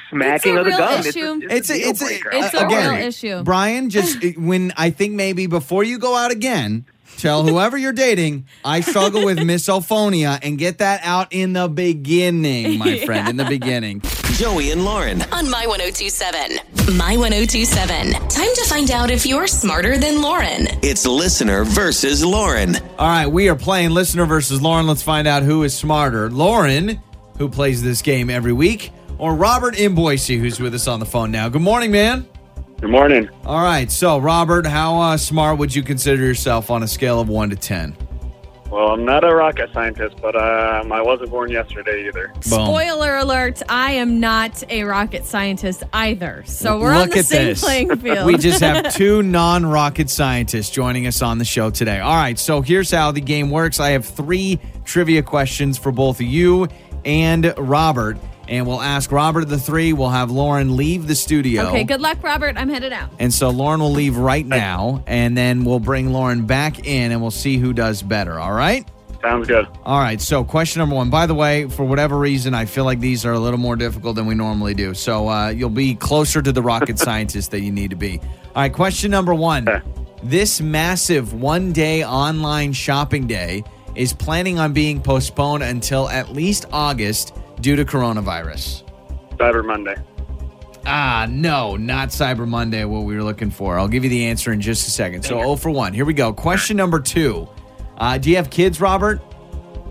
It's a smacking of the real gum. issue. It's a- deal it's a- breaker. It's a Again. real issue. Brian, just when I think maybe before you go out again, tell whoever you're dating, I struggle with misophonia and get that out in the beginning, my friend, in the beginning. Joey and Lauren. on My 1027. My 1027. Time to find out if you're smarter than Lauren. It's listener versus Lauren. All right, we are playing listener versus Lauren. Let's find out who is smarter, Lauren, who plays this game every week, or Robert in Boise, who's with us on the phone now. Good morning, man. Good morning. All right, so Robert, how uh, smart would you consider yourself on a scale of one to ten? Well, I'm not a rocket scientist, but um, I wasn't born yesterday either. Boom. Spoiler alert, I am not a rocket scientist either. So we're on Look the at same this. playing field. We just have two non rocket scientists joining us on the show today. All right, so here's how the game works I have three trivia questions for both of you and Robert. And we'll ask Robert the three. We'll have Lauren leave the studio. okay, good luck, Robert. I'm headed out. And so Lauren will leave right now, and then we'll bring Lauren back in and we'll see who does better. All right? Sounds good. All right. So, question number one. By the way, for whatever reason, I feel like these are a little more difficult than we normally do. So, uh, you'll be closer to the rocket scientist that you need to be. All right. Question number one. This massive one day online shopping day is planning on being postponed until at least August due to coronavirus. Cyber Monday. Ah, no, not Cyber Monday, what we were looking for. I'll give you the answer in just a second. So, 0 for 1. Here we go. Question number two uh, Do you have kids, Robert?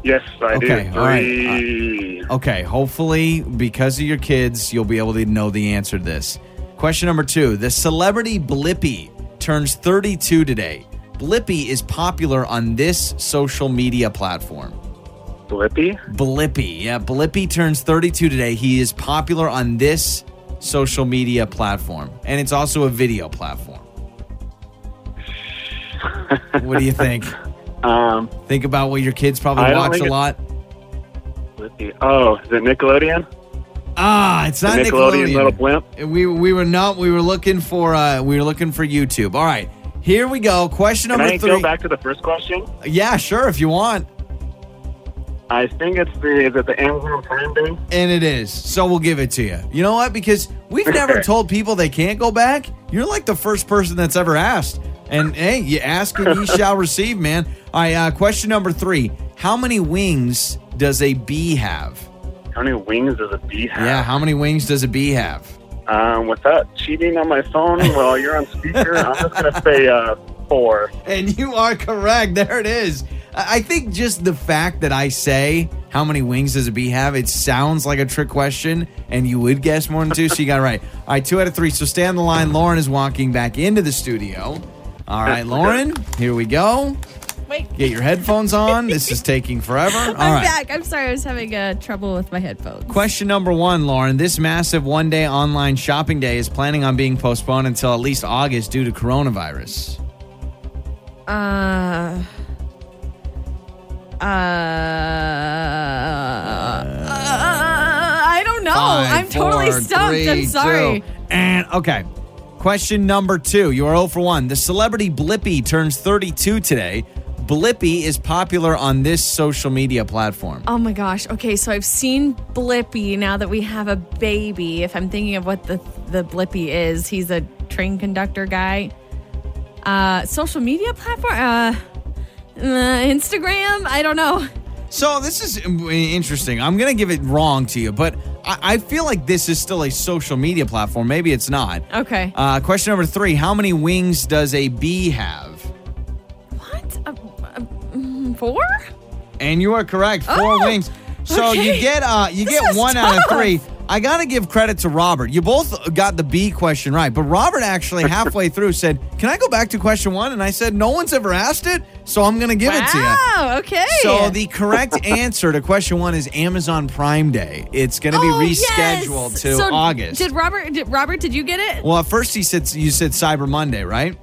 Yes, I Okay, do. all right. Three. uh, Okay, hopefully, because of your kids, you'll be able to know the answer to this. Question number two The celebrity Blippy turns 32 today. Blippy is popular on this social media platform. Blippi? Blippy. Yeah, Blippy turns 32 today. He is popular on this social media platform, and it's also a video platform. what do you think? Um, Think about what your kids probably I don't watch think a it- lot. Blippi. Oh, is it Nickelodeon? Ah, it's The not Nickelodeon, Nickelodeon. little blimp. We we were not. We were looking for. Uh, we were looking for YouTube. All right, here we go. Question Can number I three. go back to the first question? Yeah, sure, if you want. I think it's the is it the Amazon Prime Day? And it is. So we'll give it to you. You know what? Because we've never told people they can't go back. You're like the first person that's ever asked. And hey, you ask and you shall receive, man. All right, uh, question number three. How many wings does a bee have? How many wings does a bee have? Yeah, how many wings does a bee have? Um, without cheating on my phone while you're on speaker, I'm just gonna say uh, four. And you are correct. There it is. I I think just the fact that I say how many wings does a bee have, it sounds like a trick question, and you would guess more than two. So you got it right. All right, two out of three. So stay on the line. Lauren is walking back into the studio. All right, Lauren, here we go. Wait. Get your headphones on. This is taking forever. All I'm right. back. I'm sorry. I was having uh, trouble with my headphones. Question number one, Lauren. This massive one day online shopping day is planning on being postponed until at least August due to coronavirus. Uh. Uh, uh, I don't know. Five, I'm totally four, stumped. three, I'm sorry. two. And okay. Question number two. You are 0 for 1. The celebrity Blippy turns 32 today. Blippy is popular on this social media platform. Oh my gosh. Okay, so I've seen Blippy now that we have a baby. If I'm thinking of what the the Blippy is, he's a train conductor guy. Uh, social media platform, uh, uh, Instagram. I don't know. So this is um, interesting. I'm going to give it wrong to you, but I, I feel like this is still a social media platform. Maybe it's not. Okay. Uh, question number three How many wings does a bee have? what? Uh, uh, mm, four? And you are correct. Four Oh, wings. So okay. you get uh you This get is one out of tough. three. I gotta give credit to Robert. You both got the B question right, but Robert actually halfway through said, "Can I go back to question one?" And I said, "No one's ever asked it, so I'm gonna give it to you." Wow. Okay. So the correct answer to question one is Amazon Prime Day. It's gonna Oh, be yes! rescheduled to So August. Did Robert? Did Robert? Did you get it? well, at first he said you said Cyber Monday, right?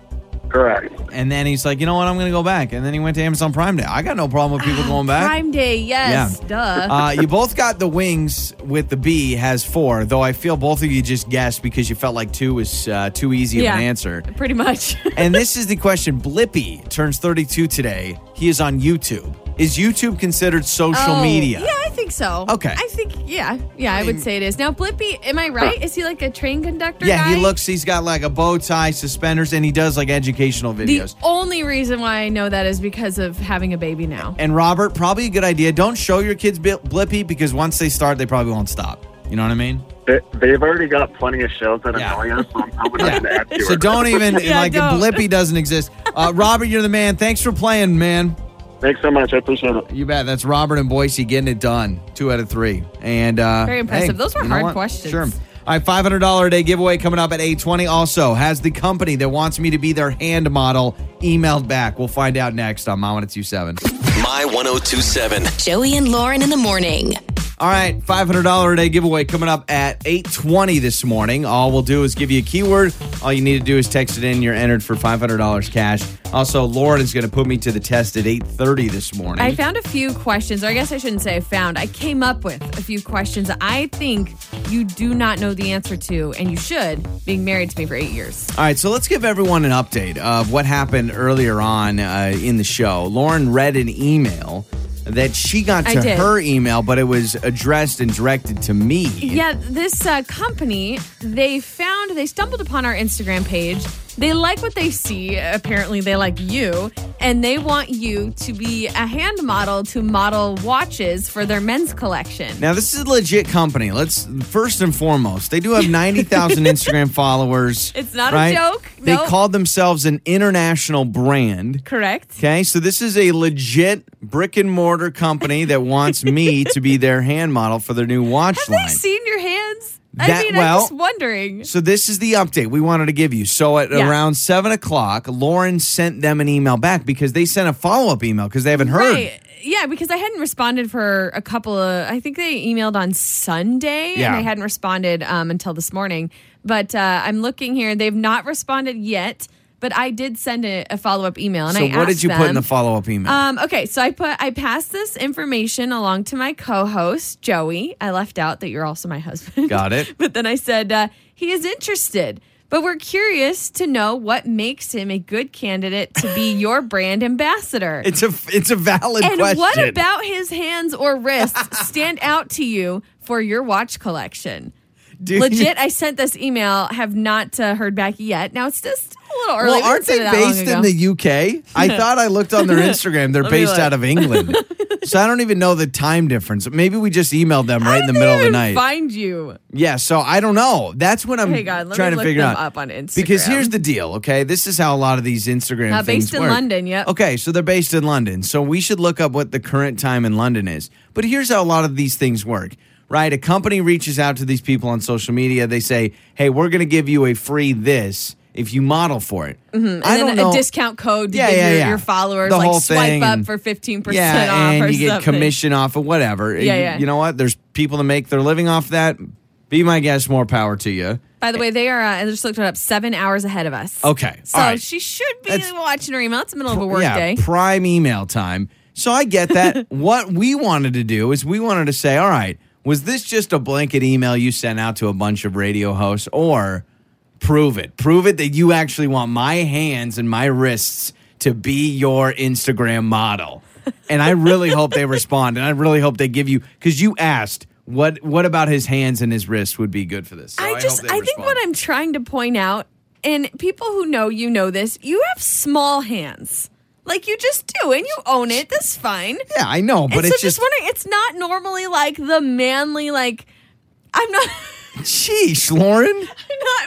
Correct. And then he's like, "You know what? I'm gonna go back." And then he went to Amazon Prime Day. I got no problem with people Ah, going back. Prime Day. Yes. Duh. Uh, you both got the wings with the B has four, though I feel both of you just guessed because you felt like two was uh, too easy Yeah. of an answer. Pretty much. and this is the question Blippy turns 32 today. He is on YouTube. Is YouTube considered social Oh, media? Yeah, I think so. Okay. I think yeah, yeah, I would say it is. Now Blippy, am I right? Is he like a train conductor? Yeah, guy? he looks, he's got like a bow tie, suspenders, and he does like educational The videos. only reason why I know that is because of having a baby now. and Robert, probably a good idea. Don't show your kids Bi- Blippy because once they start, they probably won't stop. You know what I mean? They, they've already got plenty of shows that Yeah. annoy us, so I'm probably not gonna add to So it. don't even Yeah, like don't. Blippy doesn't exist. Uh, Robert, you're the man. Thanks for playing, man. Thanks so much. I appreciate it. You bet. That's Robert and Boise getting it done. Two out of three. And uh, Very impressive. hey, Those were you know hard what? questions. Sure. All right, five hundred dollar a day giveaway coming up at eight twenty. Also, has the company that wants me to be their hand model emailed back? We'll find out next on Mama Two Seven. My 1027. Joey and Lauren in the morning. All right, five hundred dollar a day giveaway coming up at eight twenty this morning. All we'll do is give you a keyword. All you need to do is text it in. You're entered for five hundred dollars cash. Also, Lauren is going to put me to the test at eight thirty this morning. I found a few questions, or I guess I shouldn't say I found. I came up with a few questions that I think you do not know the answer to, and you should, being married to me for eight years. All right, so let's give everyone an update of what happened earlier on uh, in the show. Lauren read an email that she got I to did. her email, but it was addressed and directed to me. Yeah, this uh, company, they found, they stumbled upon our Instagram page. They like what they see. Apparently, they like you. and they want you to be a hand model to model watches for their men's collection. Now this is a legit company. Let's first and foremost, they do have ninety thousand Instagram followers. It's not a joke. They Nope. called themselves an international brand. Correct? Okay, so this is a legit brick and mortar company that wants me to be their hand model for their new watch Have line. they seen your hands? I That- mean, well- I'm just wondering. So this is the update we wanted to give you. So at Yeah. around seven o'clock, Lauren sent them an email back because they sent a follow up email because they haven't heard. Right. Yeah, because I hadn't responded for a couple of. I think they emailed on Sunday, and Yeah. I hadn't responded um, until this morning. But uh, I'm looking here; they've not responded yet. But I did send a, a follow up email, and So I what did asked you put in them- the follow up email? Um, okay, so I put I passed this information along to my co-host Joey. I left out that you're also my husband. Got it. but then I said uh, he is interested, but we're curious to know what makes him a good candidate to be your brand ambassador. it's a it's a valid and question. what about his hands or wrists stand out to you for your watch collection? Dude, Legit, I sent this email, have not uh, heard back yet. Now it's just a little early. We Well, didn't aren't send they it that long based in ago. the UK? I thought I looked on their Instagram. They're Let me based look. out of England. so I don't even know the time difference. Maybe we just emailed them How right in did the they middle of the even night. Find you. yeah, so I don't know. That's what I'm Hang on, let trying me to look figure them out. up on Instagram. Because here's the deal, okay? This is how a lot of these Instagram Uh, things based in work. London, yep. Okay, so they're based in London. So we should look up what the current time in London is. But here's how a lot of these things work. Right? A company reaches out to these people on social media. They say, "Hey, we're going to give you a free this if you model for it." I Mm-hmm. and don't then know. a discount code to Yeah, give yeah, your, yeah. your followers The whole like swipe thing up and- for 15% yeah, off and or you get something. commission off of whatever. Yeah, You- yeah. You know what? There's people that make their living off that. Be my guest. More power to you. By the way, they are, uh, I just looked it up, seven hours ahead of us. Okay, So all right. she should be That's- watching her email. It's the middle of a work yeah, day. prime email time. So I get that. what we wanted to do is we wanted to say, all right, was this just a blanket email you sent out to a bunch of radio hosts, or prove it? Prove it that you actually want my hands and my wrists to be your Instagram model. And I really hope they respond, and I really hope they give you because you asked. What what about his hands and his wrists would be good for this? So I hope just, they I think respond. what I'm trying to point out, and people who know you know this, you have small hands. Like you just do, and you own it. That's fine. yeah I know, but and so it's just, wondering, it's not normally like the manly, like, I'm not, sheesh, Lauren. I'm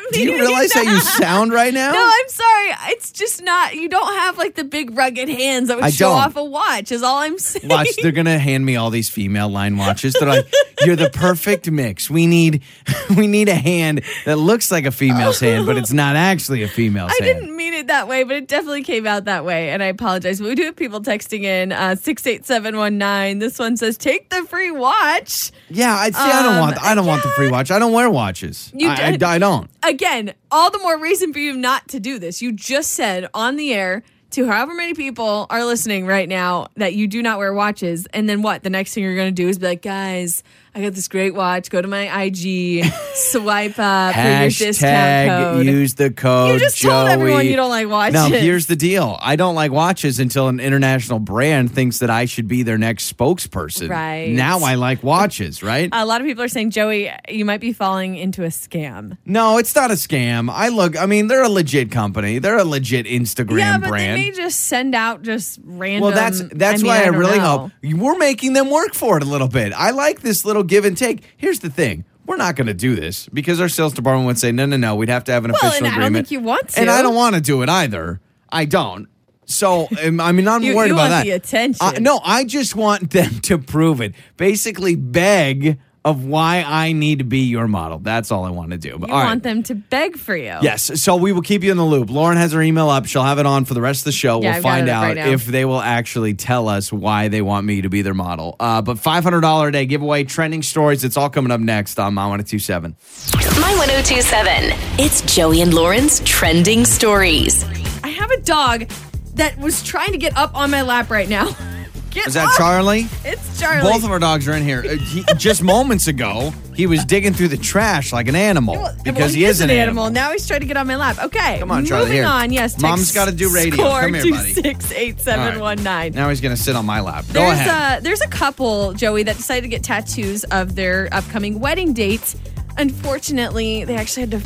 not Do you meaning realize how you that. sound right now? No, I'm sorry. It's just not. You don't have like the big rugged hands that would I show don't. off a watch. Is all I'm saying. Watch, they're gonna hand me all these female line watches. They're like, "You're the perfect mix. We need, we need a hand that looks like a female's hand, but it's not actually a female's I hand." didn't mean it that way, but it definitely came out that way, and I apologize. But we do have people texting in uh, six eight seven one nine. This one says, "Take the free watch." Yeah, I see. I don't Um, want. I don't want the free watch. I don't wear watches. You I, did- I, I don't. Again, all the more reason for you not to do this. You just said on the air to however many people are listening right now that you do not wear watches, and then what? The next thing you're going to do is be like, guys. I got this great watch. Go to my IG, swipe up for your discount Hashtag code. use the code. You just told everyone Joey. you don't like watches. Now here's the deal. I don't like watches until an international brand thinks that I should be their next spokesperson. Right. Now I like watches. Right. a lot of people are saying, Joey, you might be falling into a scam. No, it's not a scam. I look. I mean, they're a legit company. They're a legit Instagram yeah, but brand. they may just send out just random. well, that's that's mean, why I, don't really know. hope we're making them work for it a little bit. I like this little give and take. Here's the thing: we're not going to do this because our sales department would say, "No, no, no. We'd have to have an Well, official and I don't agreement." think you want and to. I don't want to do it either. I don't. So um, I mean, I'm You- worried you about want that. the attention. Uh, no, I just want them to prove it. Basically, beg of why I need to be your model. That's all I want to do. But You all right. want them to beg for you. Yes. So we will keep you in the loop. Lauren has her email up. She'll have it on for the rest of the show. Yeah, we'll I've got find it up out right now. if they will actually tell us why they want me to be their model. Uh, but $500 a day giveaway, trending stories. It's all coming up next on My 1027. My 1027. It's Joey and Lauren's trending stories. I have a dog that was trying to get up on my lap right now. Get Is that up. Charlie? It's Oh, Charlie. Both of our dogs are in here. Uh, he, just moments ago, he was digging through the trash like an animal Well, well, because he, is an animal. Now he's trying to get on my lap. Okay. Come on, moving Charlie, here. on. Yes, text Mom's gotta do radio. Score Come here, buddy. to six eight seven one nine. Now he's going to sit on my lap. Go there's ahead. a there's a couple Joey that decided to get tattoos of their upcoming wedding dates. Unfortunately, they actually had to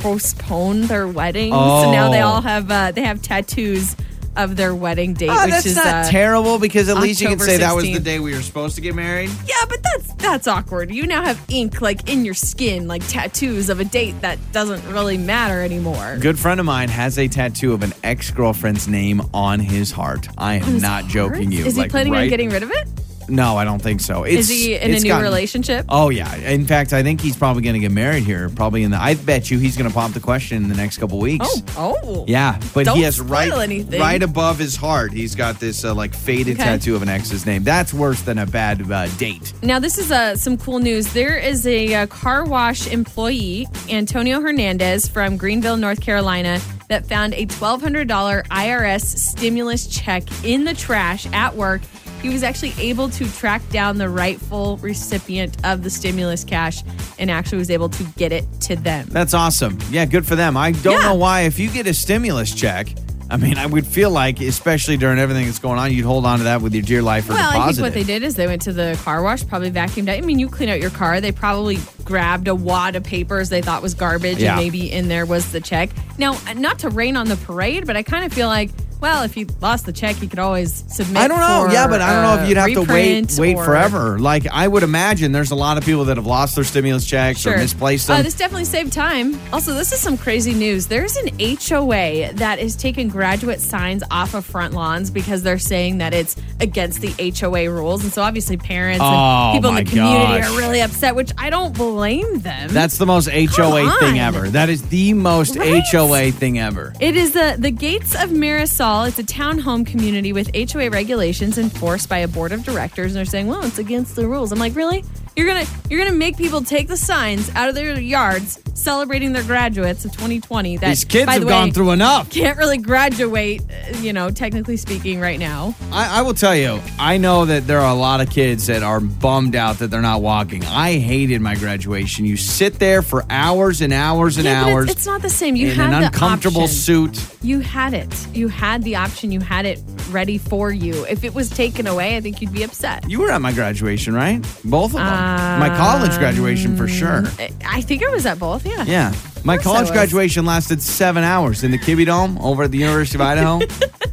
postpone their wedding, so now they Oh. all have uh, they have tattoos of their wedding date, Ah, which that's is not uh, terrible because at least you can October say that was the 16th. day we were supposed to get married. yeah, but that's that's awkward. You now have ink like in your skin, like tattoos of a date that doesn't really matter anymore. Good friend of mine has a tattoo of an ex girlfriend's name on his heart. I am not joking you. Is he Like, planning on right- getting rid of it? No, I don't think so. Is It's, he in a it's new gotten- relationship? Oh yeah. In fact, I think he's probably going to get married here. Probably in the. I bet you he's going to pop the question in the next couple weeks. Oh, oh, Yeah, but Don't he has right spoil anything. right above his heart. He's got this uh, like faded Okay. tattoo of an ex's name. That's worse than a bad uh, date. Now, this is uh, some cool news. There is a, uh car wash employee, Antonio Hernandez from Greenville, North Carolina, that found a $1,200 IRS stimulus check in the trash at work. He was actually able to track down the rightful recipient of the stimulus cash and actually was able to get it to them. That's awesome. Yeah, good for them. I don't Yeah. know why if you get a stimulus check. I mean, I would feel like, especially during everything that's going on, you'd hold on to that with your dear life for Well, I think deposit. what it. they did is they went to the car wash, probably vacuumed out. I mean, you clean out your car. They probably grabbed a wad of papers they thought was garbage, Yeah. and maybe in there was the check. Now, not to rain on the parade, but I kind of feel like, well, if you lost the check, you could always submit. I don't know. for yeah, but I don't know a if you'd have to wait reprint wait or- forever. Like I would imagine, there's a lot of people that have lost their stimulus checks Sure. or misplaced Uh, them. this definitely saved time. Also, this is some crazy news. There's an HOA that is taking graduate signs off of front lawns because they're saying that it's against the HOA rules. And so obviously parents Oh, and people my in the community gosh. are really upset, which I don't blame them. That's the most HOA on. thing ever. That is the most Right? HOA thing ever. It is the, the Gates of Marisol. It's a townhome community with HOA regulations enforced by a board of directors, and they're saying, "Well, it's against the rules." I'm like, "Really? You're gonna you're gonna make people take the signs out of their yards celebrating their graduates of 2020? That These kids by have the gone way, through enough. Can't really graduate, uh, you know, technically speaking, right now. I, I will tell you, I know that there are a lot of kids that are bummed out that they're not walking. I hated my graduation. You sit there for hours and hours and Yeah, but hours It's, it's not the same. You in have an the uncomfortable option. suit. You had it. You had the option. You had it ready for you. If it was taken away, I think you'd be upset. You were at my graduation, right? Both of them. my college graduation for sure. I- I think I was at both. Yeah. Yeah. My Um, course I college was. graduation lasted seven hours in the Kibbe Dome over at the University of Idaho.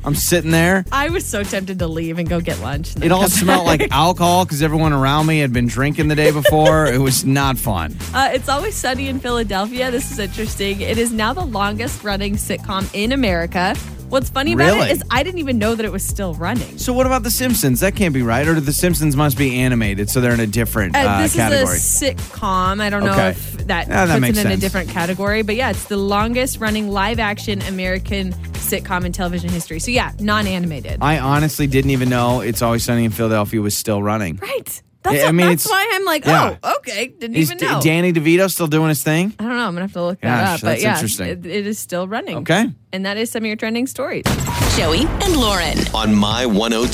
I'm sitting there. I was so tempted to leave and go get lunch. and then It all come smelled back. like alcohol because everyone around me had been drinking the day before. it was not fun. Uh, it's always sunny in Philadelphia. This is interesting. It is now the longest running sitcom in America. What's funny about Really? it is I didn't even know that it was still running. So what about The Simpsons? That can't be right. Or The Simpsons must be animated, so they're in a different uh, Uh, this category. is a sitcom. I don't know Okay. if that Yeah, that puts makes it in sense. a different category, but yeah, it's the longest running live action American sitcom in television history. So yeah, non animated. I honestly didn't even know It's Always Sunny in Philadelphia was still running. right. That's, I mean, that's it's- why I'm like, yeah. oh, okay. Didn't Is even D- know. Danny DeVito still doing his thing? I don't know. I'm gonna have to look Gosh, that up. that's but yeah, interesting. It, it is still running. Okay. And that is some of your trending stories. Joey and Lauren. on My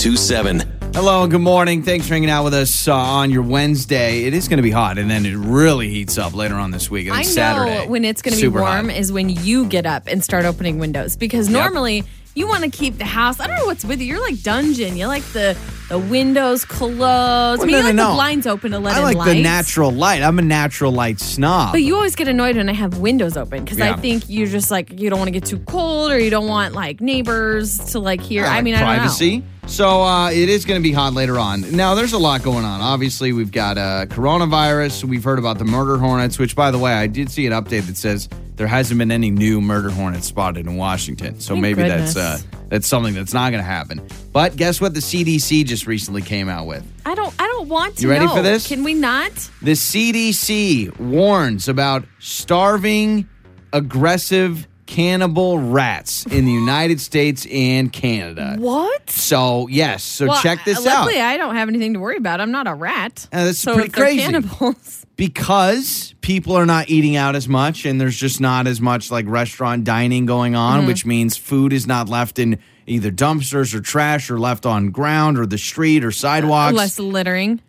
1027. Hello and good morning. Thanks for hanging out with us uh, on your Wednesday. It is going to be hot, and then it really heats up later on this week. I I know think Saturday when it's going to be Super warm hot. is when you get up and start opening windows because normally you want to keep the house. I don't know what's with you. You're like dungeon. You like the the windows closed. I mean, no, you like no, no. the blinds open to let I in like light. the natural light. I'm a natural light snob. But you always get annoyed when I have windows open because Yeah. I think you're just like you don't want to get too cold or you don't want like neighbors to like hear. I, like mean, I don't know. privacy. So uh, it is going to be hot later on. Now, there's a lot going on. Obviously, we've got uh, coronavirus. We've heard about the murder hornets, which, by the way, I did see an update that says there hasn't been any new murder hornets spotted in Washington. So Thank maybe that's uh, goodness. that's something that's not going to happen. But guess what? The CDC just recently came out with. I don't. I don't want to. You ready know. for this? Can we not? The CDC warns about starving, aggressive cannibal rats in the United States and Canada. What? So, yes. So, Well, check this out. luckily, I don't have anything to worry about. I'm not a rat. Uh, that's so pretty if they're crazy. Cannibals. because people are not eating out as much and there's just not as much like restaurant dining going on Mm-hmm. which means food is not left in either dumpsters or trash or left on ground or the street or sidewalks Less littering.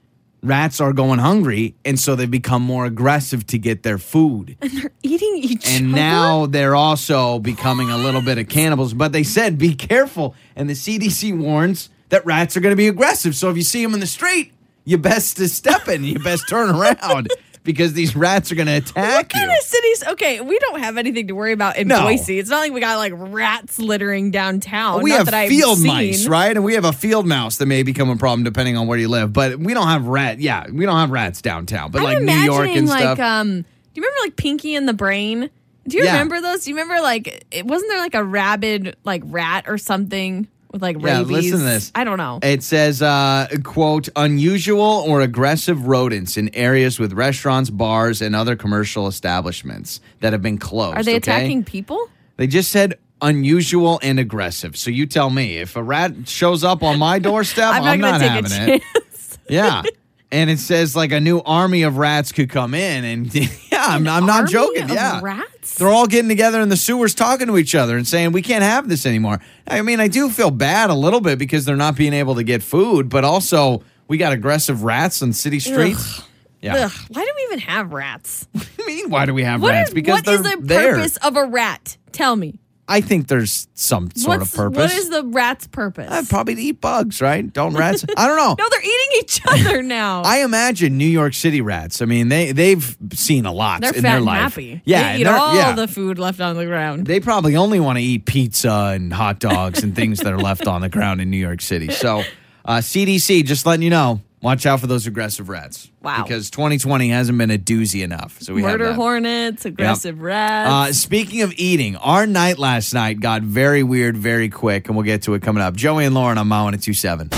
rats are going hungry and so they become more aggressive to get their food Eating each and other? now they're also becoming a little bit of cannibals but they said be careful and the cdc warns that rats are going to be aggressive so if you see them in the street you best to step in you best turn around because these rats are going to attack you. kind of cities? Okay, we don't have anything to worry about in No. Boise. It's not like we got like rats littering downtown. we not have that I've field seen. mice, right? And we have a field mouse that may become a problem depending on where you live. But we don't have rat. Yeah, we don't have rats downtown, but I'm like New imagining York and like stuff. um. Do you remember like Pinky and the Brain? Do you Yeah. remember those? Do you remember like it wasn't there like a rabid like rat or something with like Yeah, rabies? listen to this. I don't know. It says, uh, quote, unusual or aggressive rodents in areas with restaurants, bars, and other commercial establishments that have been closed. Are they okay? attacking people? They just said unusual and aggressive. So you tell me if a rat shows up on my doorstep, I'm, I'm not having gonna take a it. Yeah. And it says like a new army of rats could come in, and yeah, I'm, I'm not Army joking. of yeah, rats. they're all getting together in the sewers talking to each other and saying, we can't have this anymore. I mean, I do feel bad a little bit because they're not being able to get food, but also we got aggressive rats on city streets. Yeah. Ugh, why do we even have rats? I mean, why do we have What rats? is, Because what they're is the there. purpose of a rat? Tell me. I think there's some sort What's, of purpose. What is the rat's purpose? Uh, probably to eat bugs, right? Don't rats? I don't know. no, they're eating each other now. I imagine New York City rats. I mean, they they've seen a lot they're in fat their and life. happy. Yeah, they and eat they're- all yeah. the food left on the ground. They probably only want to eat pizza and hot dogs and things that are left on the ground in New York City. So, uh, CDC, just letting you know, watch out for those aggressive rats. Wow. Because 2020 hasn't been a doozy enough. So we Murder have that. hornets, aggressive Uh, rats. speaking of eating, our night last night got very weird, very quick, and we'll get to it coming up. Joey and Lauren on My One at 27.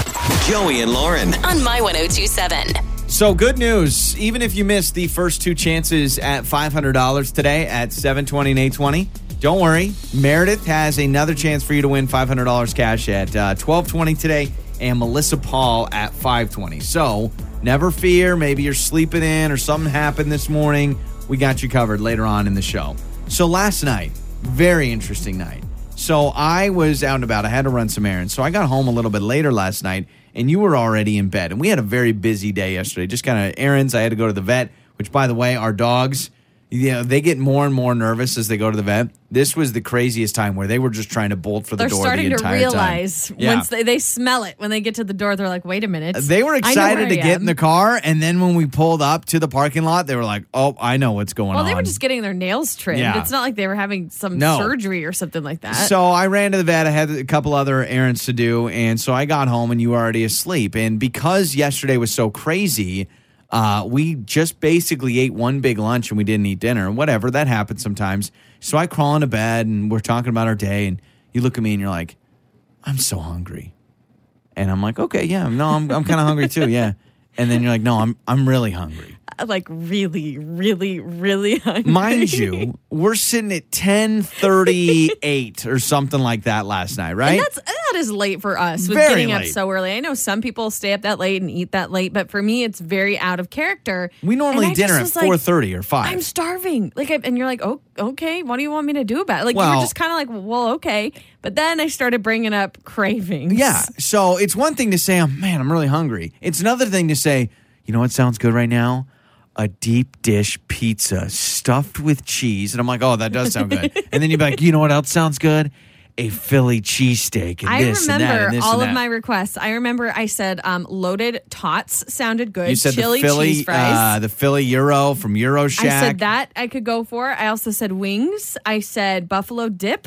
Joey and Lauren. on My 1027. So, good news. Even if you missed the first two chances at $500 today at 720 and 820, don't worry. Meredith has another chance for you to win $500 cash at uh, 1220 today and Melissa Paul at 520. So, never fear. Maybe you're sleeping in or something happened this morning. We got you covered later on in the show. So, last night, very interesting night. So I was out and about. I had to run some errands. So I got home a little bit later last night, and you were already in bed. And we had a very busy day yesterday. Just kind of errands. I had to go to the vet, which, by the way, our dogs, you know, they get more and more nervous as they go to the vet. This was the craziest time where they were just trying to bolt for the they're door starting the to entire realize time. Yeah. once they, they smell it when they get to the door. They're like, wait a minute. They were I know excited where to I get am. in the car, and then when we pulled up to the parking lot, they were like, "Oh, I know what's going Well, on." they were just getting their nails trimmed. Yeah. It's not like they were having some No. surgery or something like that. So I ran to the vet. I had a couple other errands to do, and so I got home, and you were already asleep. And because yesterday was so crazy, uh, we just basically ate one big lunch, and we didn't eat dinner. Whatever that happens sometimes. So I crawl into bed, and we're talking about our day, and you look at me, and you're like, "I'm so hungry," and I'm like, "Okay, yeah, no, I'm I'm kind of hungry too, yeah." And then you're like, "No, I'm I'm really hungry." like really, really, really hungry. Mind you, we're sitting at ten thirty eight or something like that last night, right? That's that is late for us with Very getting up late. so early. I know some people stay up that late and eat that late, but for me, it's very out of character. We normally And I dinner just at was like, four thirty or five. I'm starving. Like, I, and you're like, oh, okay. What do you want me to do about it? Like, you Well- were just kind of like, well, okay. But then I started bringing up cravings. yeah. So it's one thing to say, "Oh, man, I'm really hungry. It's another thing to say, you know what sounds good right now? A deep dish pizza stuffed with cheese. And I'm like, oh, that does sound good. and then you're like, you know what else sounds good? A Philly cheesesteak and I this and that remember and this all and of that. my requests. I remember I said um, loaded tots sounded good. you said Chili the Philly, cheese fries. Uh, the Philly Euro from Euro Shack. I said that I could go for. I also said wings. I said buffalo dip.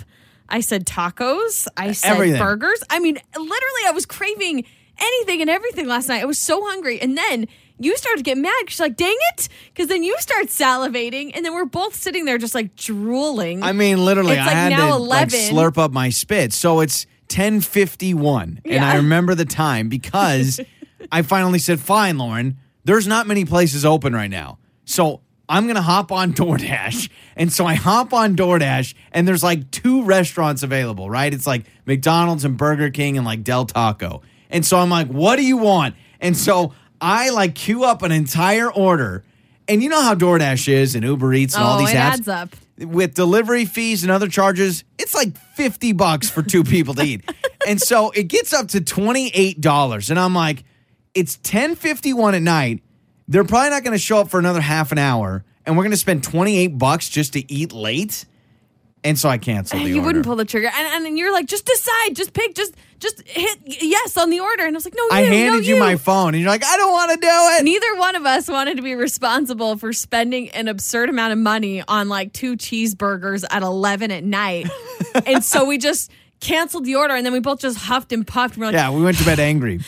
I said tacos. I said Everything. burgers. I mean, literally, I was craving anything and everything last night. I was so hungry. And then you started to get mad because like, dang it. Because then you start salivating. And then we're both sitting there just like drooling. I mean, literally, It's I like had now to 11. like slurp up my spit. So it's ten fifty one, and I Yeah. remember the time because I finally said, "Fine, Lauren. There's not many places open right now, so." I'm gonna hop on DoorDash, and so I hop on DoorDash, and there's like two restaurants available, right? It's like McDonald's and Burger King and like Del Taco, and so I'm like, "What do you want?" And so I like queue up an entire order, and you know how DoorDash is and Uber Eats and all Oh, these it apps adds up. with delivery fees and other charges, it's like 50 bucks for two people to eat. and so it gets up to $28 and I'm like it's 10:51 at night. They're probably not going to show up for another half an hour and we're going to spend 28 bucks just to eat late. And so I canceled the you order. wouldn't pull the trigger, and and then you're like, just decide, just pick, just just hit y- yes on the order, and I was like, no, I you, no, handed you. you my phone, and you're like, I don't want to do it. Neither one of us wanted to be responsible for spending an absurd amount of money on like two cheeseburgers at 11 at night. and so we just canceled the order and then we both just huffed and puffed. And we're like, yeah, we went to bed angry.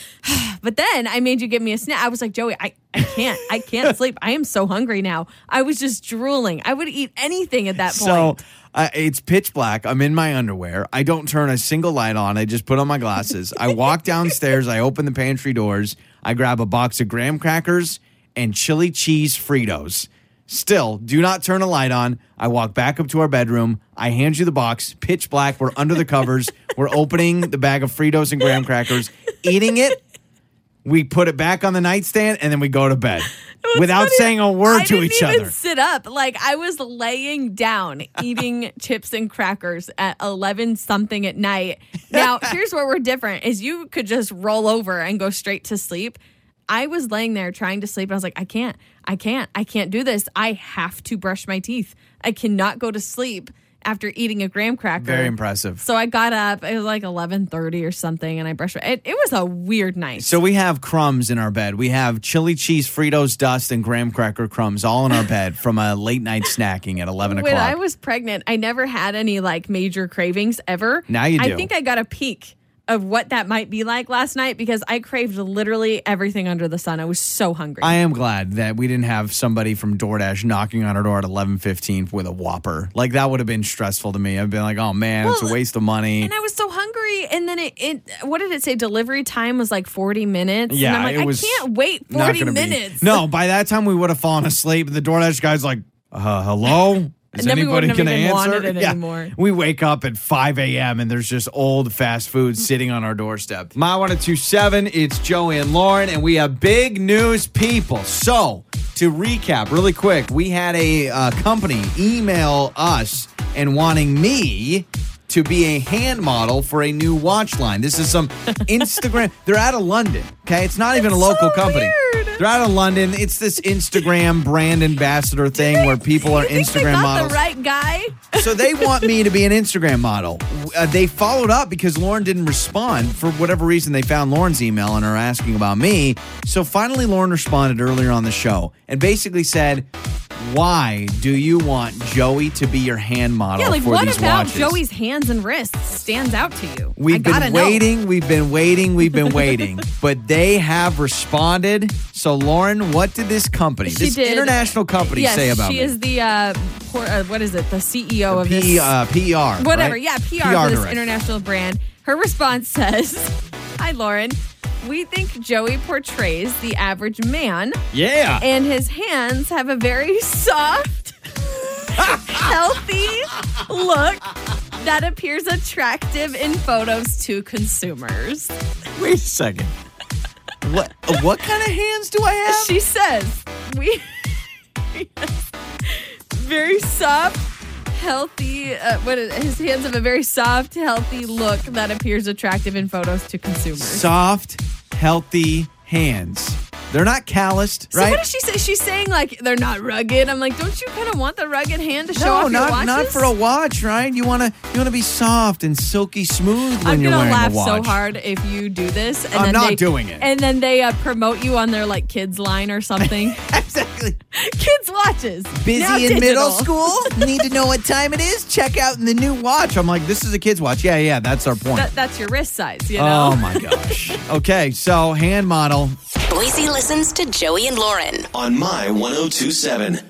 But then I made you give me a snack. I was like, Joey, I, I can't. I can't sleep. I am so hungry now. I was just drooling. I would eat anything at that So point. uh, it's pitch black. I'm in my underwear. I don't turn a single light on. I just put on my glasses. I walk downstairs. I open the pantry doors. I grab a box of graham crackers and chili cheese Fritos. Still, do not turn a light on. I walk back up to our bedroom. I hand you the box, pitch black. We're under the covers. We're opening the bag of Fritos and graham crackers, eating it. We put it back on the nightstand and then we go to bed without funny. saying a word I to didn't each even other. sit up. Like I was laying down eating chips and crackers at 11 something at night. Now, here's where we're different is you could just roll over and go straight to sleep. I was laying there trying to sleep and I was like, I can't. I can't. I can't do this. I have to brush my teeth. I cannot go to sleep after eating a graham cracker. Very impressive. So I got up. It was like 11:30 or something and I brushed my- it. It was a weird night. So we have crumbs in our bed. We have chili cheese Fritos dust and graham cracker crumbs all in our bed from a late night snacking at eleven when o'clock. I was pregnant, I never had any like major cravings ever. Now you do. I think I got a peek of what that might be like last night because I craved literally everything under the sun. I was so hungry. I am glad that we didn't have somebody from DoorDash knocking on our door at eleven fifteen with a Whopper. Like that would have been stressful to me. I've been like, oh man, it's a Well, waste of money. and I was so hungry, and then it, it. What did it say? Delivery time was like forty minutes. yeah, and I'm like, it was I can't wait not forty gonna be- minutes. No, by that time we would have fallen asleep. The DoorDash guy's like, uh, hello. Is And then we anybody wouldn't have gonna even answer? wanted it anymore. We wake up at 5 a.m. and there's just old fast food sitting on our doorstep. My 1027, it's Joey and Lauren, and we have big news people. So, to recap really quick, we had a uh, company email us and wanting me to be a hand model for a new watch line. This is some Instagram. They're out of London, okay? It's not even a local company. weird. They're out of London. It's this Instagram brand ambassador thing where people are You think they Instagram got models. Oh, the right guy. So they want me to be an Instagram model. Uh, they followed up because Lauren didn't respond for whatever reason. They found Lauren's email and are asking about me. So finally, Lauren responded earlier on the show and basically said, "Why do you want Joey to be your hand model Yeah, like for what these about watches?" Joey's hands and wrists stands out to you? I We've gotta been know. waiting, we've been waiting, we've been waiting, but they have responded. So, Lauren, what did this company, She this did- international company, Yes, say about she me? is the uh, por- uh, what is it? The CEO of P, this uh, PR, whatever. right? Yeah, PR, for this director. international brand. Her response says, "Hi, Lauren. We think Joey portrays the average man, Yeah, and his hands have a very soft, healthy look." That appears attractive in photos to consumers. Wait a second. What what kind of hands do I have? She says, "We very soft, healthy. Uh, what is, his hands have a very soft, healthy look that appears attractive in photos to consumers." Soft, healthy hands. They're not calloused, So right? what does she say? She's saying like they're not rugged. I'm like, don't you kind of want the rugged hand to show no, off your not watches? not for a watch, right? You wanna you wanna be soft and silky smooth when I'm you're gonna wearing laugh a so watch. hard if you do this. And I'm then not they- doing it. And then they uh, promote you on their like kids line or something. Exactly. kids watches. Busy Now in middle digital. school? Need to know what time it is? Check out the new watch. I'm like, this is a kid's watch. Yeah, yeah, that's our point. That, that's your wrist size, you know. oh my gosh. Okay, so hand model. Boise listens to Joey and Lauren. oh on My 1027.